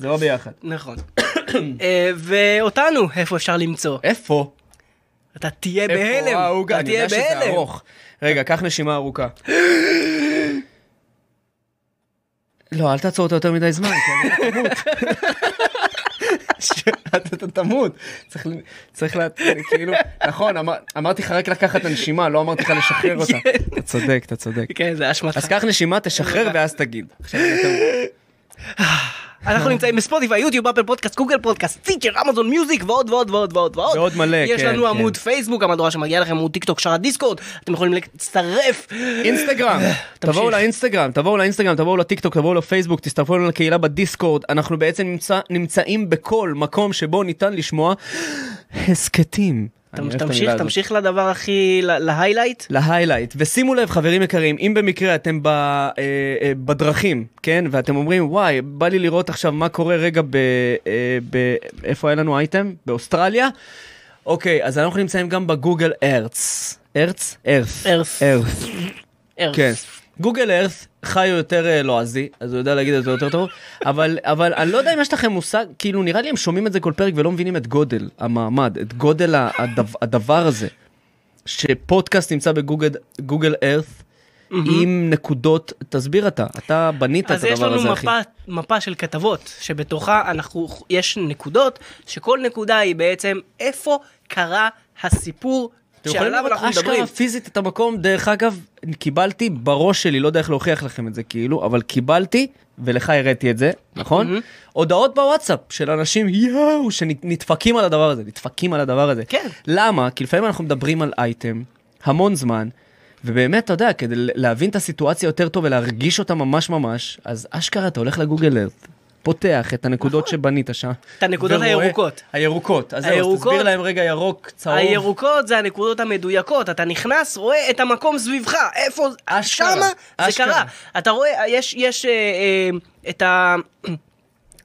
Speaker 1: זה לא ביחד.
Speaker 2: נכון. אה, ואותנו, איפה אפשר למצוא?
Speaker 1: איפה?
Speaker 2: אתה תהיה
Speaker 1: איפה
Speaker 2: בהלם.
Speaker 1: העוגה?
Speaker 2: אתה
Speaker 1: אני
Speaker 2: תהיה
Speaker 1: יודע שזה
Speaker 2: בהלם.
Speaker 1: ארוך. רגע, קח נשימה ארוכה. לא, אל תעצור אותה יותר מדי זמן, כי אני תמות. אתה תמות. צריך ל- צריך לה... כאילו... נכון, אמר- אמרתי לך רק לקחת את הנשימה, לא אמרתי לך לשחרר אותה. אתה צודק, אתה צודק.
Speaker 2: כן, זה אשמתך.
Speaker 1: אז קח נשימה, תשחרר ואז תגיד. עכשיו אני יותר-
Speaker 2: אנחנו נמצאים בספוטיפיי, יוטיוב, אפל פודקאסט, גוגל פודקאסט, טיצ'ר, אמזון מיוזיק ועוד ועוד ועוד ועוד ועוד.
Speaker 1: ועוד מלא,
Speaker 2: יש
Speaker 1: כן,
Speaker 2: לנו
Speaker 1: כן.
Speaker 2: עמוד פייסבוק, המהדורה שמגיעה לכם, עמוד טיק טוק, שאר הדיסקורד, אתם יכולים להצטרף.
Speaker 1: אה, אינסטגרם, תבואו
Speaker 2: אה, תמשיך.
Speaker 1: לאינסטגרם, תבואו לאינסטגרם, תבואו לטיקטוק, תבואו לפייסבוק, תצטרפו אלינו לקהילה בדיסקורד, אנחנו בעצם נמצא, נמצאים בכל מקום שבו ניתן לשמוע הסכתים. אני אוהב את המילה
Speaker 2: תמשיך,
Speaker 1: הזאת.
Speaker 2: תמשיך לדבר הכי, ל- להיילייט.
Speaker 1: להיילייט. ושימו לב, חברים יקרים, אם במקרה אתם ב, אה, אה, בדרכים, כן, ואתם אומרים, וואי, בא לי לראות עכשיו מה קורה רגע ב... אה, ב איפה היה לנו אייטם? באוסטרליה? אוקיי, אז אנחנו נמצאים גם בגוגל ארץ. ארץ? ארץ.
Speaker 2: Earth.
Speaker 1: ארץ.
Speaker 2: ארז.
Speaker 1: כן. גוגל ארת' חי הוא יותר אה, לועזי, אז הוא יודע להגיד את זה יותר טוב, אבל, אבל אני לא יודע אם יש לכם מושג, כאילו נראה לי הם שומעים את זה כל פרק ולא מבינים את גודל המעמד, את גודל ה- הדב, הדבר הזה, שפודקאסט נמצא בגוגל גוגל ארת' עם נקודות, תסביר אתה, אתה בנית את
Speaker 2: אז יש
Speaker 1: הדבר הזה
Speaker 2: לנו
Speaker 1: אחי.
Speaker 2: מפה, מפה של כתבות, שבתוכה אנחנו, יש נקודות, שכל נקודה היא בעצם איפה קרה הסיפור
Speaker 1: אתם יכולים
Speaker 2: שעליו
Speaker 1: לראות
Speaker 2: אנחנו מדברים.
Speaker 1: אשכרה פיזית את המקום, דרך אגב, קיבלתי בראש שלי, לא יודע איך להוכיח לכם את זה כאילו, אבל קיבלתי, ולך הראיתי את זה, נכון? הודעות בוואטסאפ של אנשים, יואו, שנדפקים על הדבר הזה, נדפקים על הדבר הזה.
Speaker 2: כן.
Speaker 1: למה? כי לפעמים אנחנו מדברים על אייטם, המון זמן, ובאמת, אתה יודע, כדי להבין את הסיטואציה יותר טוב ולהרגיש אותה ממש ממש, אז אשכרה אתה הולך לגוגל ארט. פותח את הנקודות שבנית שם.
Speaker 2: נכון. את הנקודות
Speaker 1: ורואה-
Speaker 2: הירוקות.
Speaker 1: הירוקות. אז זהו, אז
Speaker 2: הירוקות.
Speaker 1: תסביר להם רגע ירוק, צהוב.
Speaker 2: הירוקות זה הנקודות המדויקות, אתה נכנס, רואה את המקום סביבך, איפה,
Speaker 1: אשכרה,
Speaker 2: שמה זה
Speaker 1: אשכרה.
Speaker 2: קרה. אתה רואה, יש, יש אה, אה, את ה...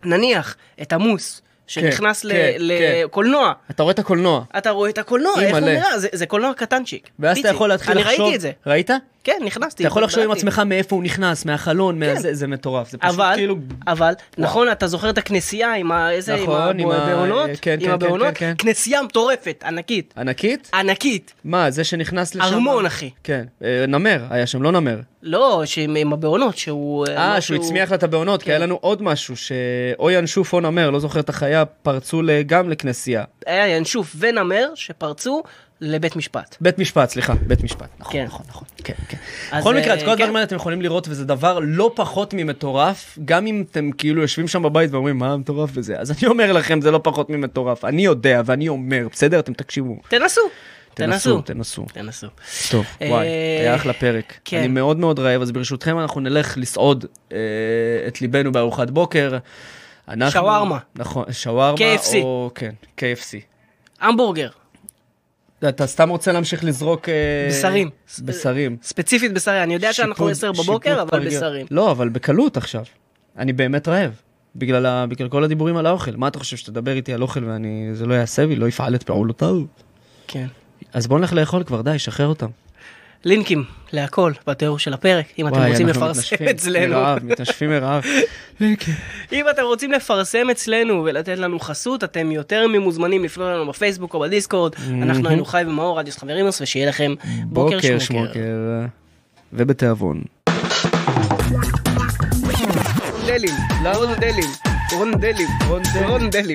Speaker 2: נניח, את המוס, שנכנס
Speaker 1: כן,
Speaker 2: ל-
Speaker 1: כן, כן.
Speaker 2: לקולנוע.
Speaker 1: אתה רואה את הקולנוע.
Speaker 2: אתה רואה את הקולנוע, איך הוא
Speaker 1: אימא'לה.
Speaker 2: נראה, זה- זה קולנוע קטנצ'יק.
Speaker 1: ואז אתה
Speaker 2: פיצי.
Speaker 1: יכול להתחיל לחשוב.
Speaker 2: אני ראיתי את זה.
Speaker 1: ראית? אתה
Speaker 2: כן, נכנסתי.
Speaker 1: יכול לחשוב עם
Speaker 2: התבלבלתי.
Speaker 1: עצמך מאיפה הוא נכנס, מהחלון, מהזה, זה מטורף. זה פשוט
Speaker 2: כן. אבל,
Speaker 1: כאילו...
Speaker 2: אבל, נכון, אתה זוכר את הכנסייה עם ה... איזה,
Speaker 1: נכון,
Speaker 2: עם
Speaker 1: עם ה-
Speaker 2: הבעונות?
Speaker 1: כן, כן,
Speaker 2: עם
Speaker 1: כן,
Speaker 2: הבעונות?
Speaker 1: כן, כן.
Speaker 2: כנסייה מטורפת, ענקית.
Speaker 1: ענקית?
Speaker 2: ענקית.
Speaker 1: מה, זה שנכנס לשם?
Speaker 2: ארמון, אחי.
Speaker 1: כן. אה, נמר, היה שם, לא נמר.
Speaker 2: לא, שעם עם הבעונות, שהוא...
Speaker 1: אה,
Speaker 2: משהו- כן.
Speaker 1: שהוא הצמיח לה את הבעונות, כי היה לנו עוד משהו, שאו ינשוף או נמר, לא זוכר את החיה, פרצו ל- גם לכנסייה.
Speaker 2: היה ינשוף ונמר שפרצו לבית משפט.
Speaker 1: בית משפט, סליחה, בית משפט. נכון,
Speaker 2: כן.
Speaker 1: נכון, נכון. כן, כן.
Speaker 2: אז,
Speaker 1: בכל מקרה,
Speaker 2: אה,
Speaker 1: את כל הדברים
Speaker 2: כן.
Speaker 1: האלה אתם יכולים לראות, וזה דבר לא פחות ממטורף, גם אם אתם כאילו יושבים שם בבית ואומרים, מה המטורף בזה? אז אני אומר לכם, זה לא פחות ממטורף. אני יודע ואני אומר, בסדר? אתם תקשיבו.
Speaker 2: תנסו. תנסו.
Speaker 1: תנסו.
Speaker 2: תנסו.
Speaker 1: טוב,
Speaker 2: אה,
Speaker 1: וואי, היה אחלה פרק.
Speaker 2: כן.
Speaker 1: אני מאוד מאוד רעב, אז ברשותכם אנחנו נלך לסעוד אה, את ליבנו בארוחת בוקר. אנחנו-
Speaker 2: שווארמה.
Speaker 1: נכון, שווארמה.
Speaker 2: KFC.
Speaker 1: או- כן, KFC.
Speaker 2: המבורגר,
Speaker 1: אתה סתם רוצה להמשיך לזרוק... אה,
Speaker 2: בשרים.
Speaker 1: בשרים.
Speaker 2: ספציפית בשרי, אני יודע שאנחנו
Speaker 1: שיפוט-
Speaker 2: עשר
Speaker 1: שיפוט
Speaker 2: בבוקר, אבל
Speaker 1: פרגר.
Speaker 2: בשרים.
Speaker 1: לא, אבל בקלות עכשיו. אני באמת רעב. בגלל, ה... בגלל כל הדיבורים על האוכל. מה אתה חושב, שתדבר איתי על אוכל ואני... זה לא יעשה בי, לא יפעל את פעולותיו?
Speaker 2: כן.
Speaker 1: אז בוא נלך לאכול כבר, די, שחרר אותם.
Speaker 2: לינקים להכל בתיאור של הפרק, אם אתם
Speaker 1: וואי,
Speaker 2: רוצים
Speaker 1: אנחנו
Speaker 2: לפרסם
Speaker 1: מתנשפים
Speaker 2: אצלנו.
Speaker 1: מרעב, מתנשפים מרעב.
Speaker 2: אם אתם רוצים לפרסם אצלנו ולתת לנו חסות, אתם יותר ממוזמנים לפנות אלינו בפייסבוק או בדיסקורד. אנחנו היינו חי ומאור, רדיוס חברימוס, ושיהיה לכם בוקר
Speaker 1: בוקר
Speaker 2: שמוקר.
Speaker 1: שמוקר. ובתיאבון.
Speaker 2: רונדלים, רונדלים, רונדלים, רונדלים.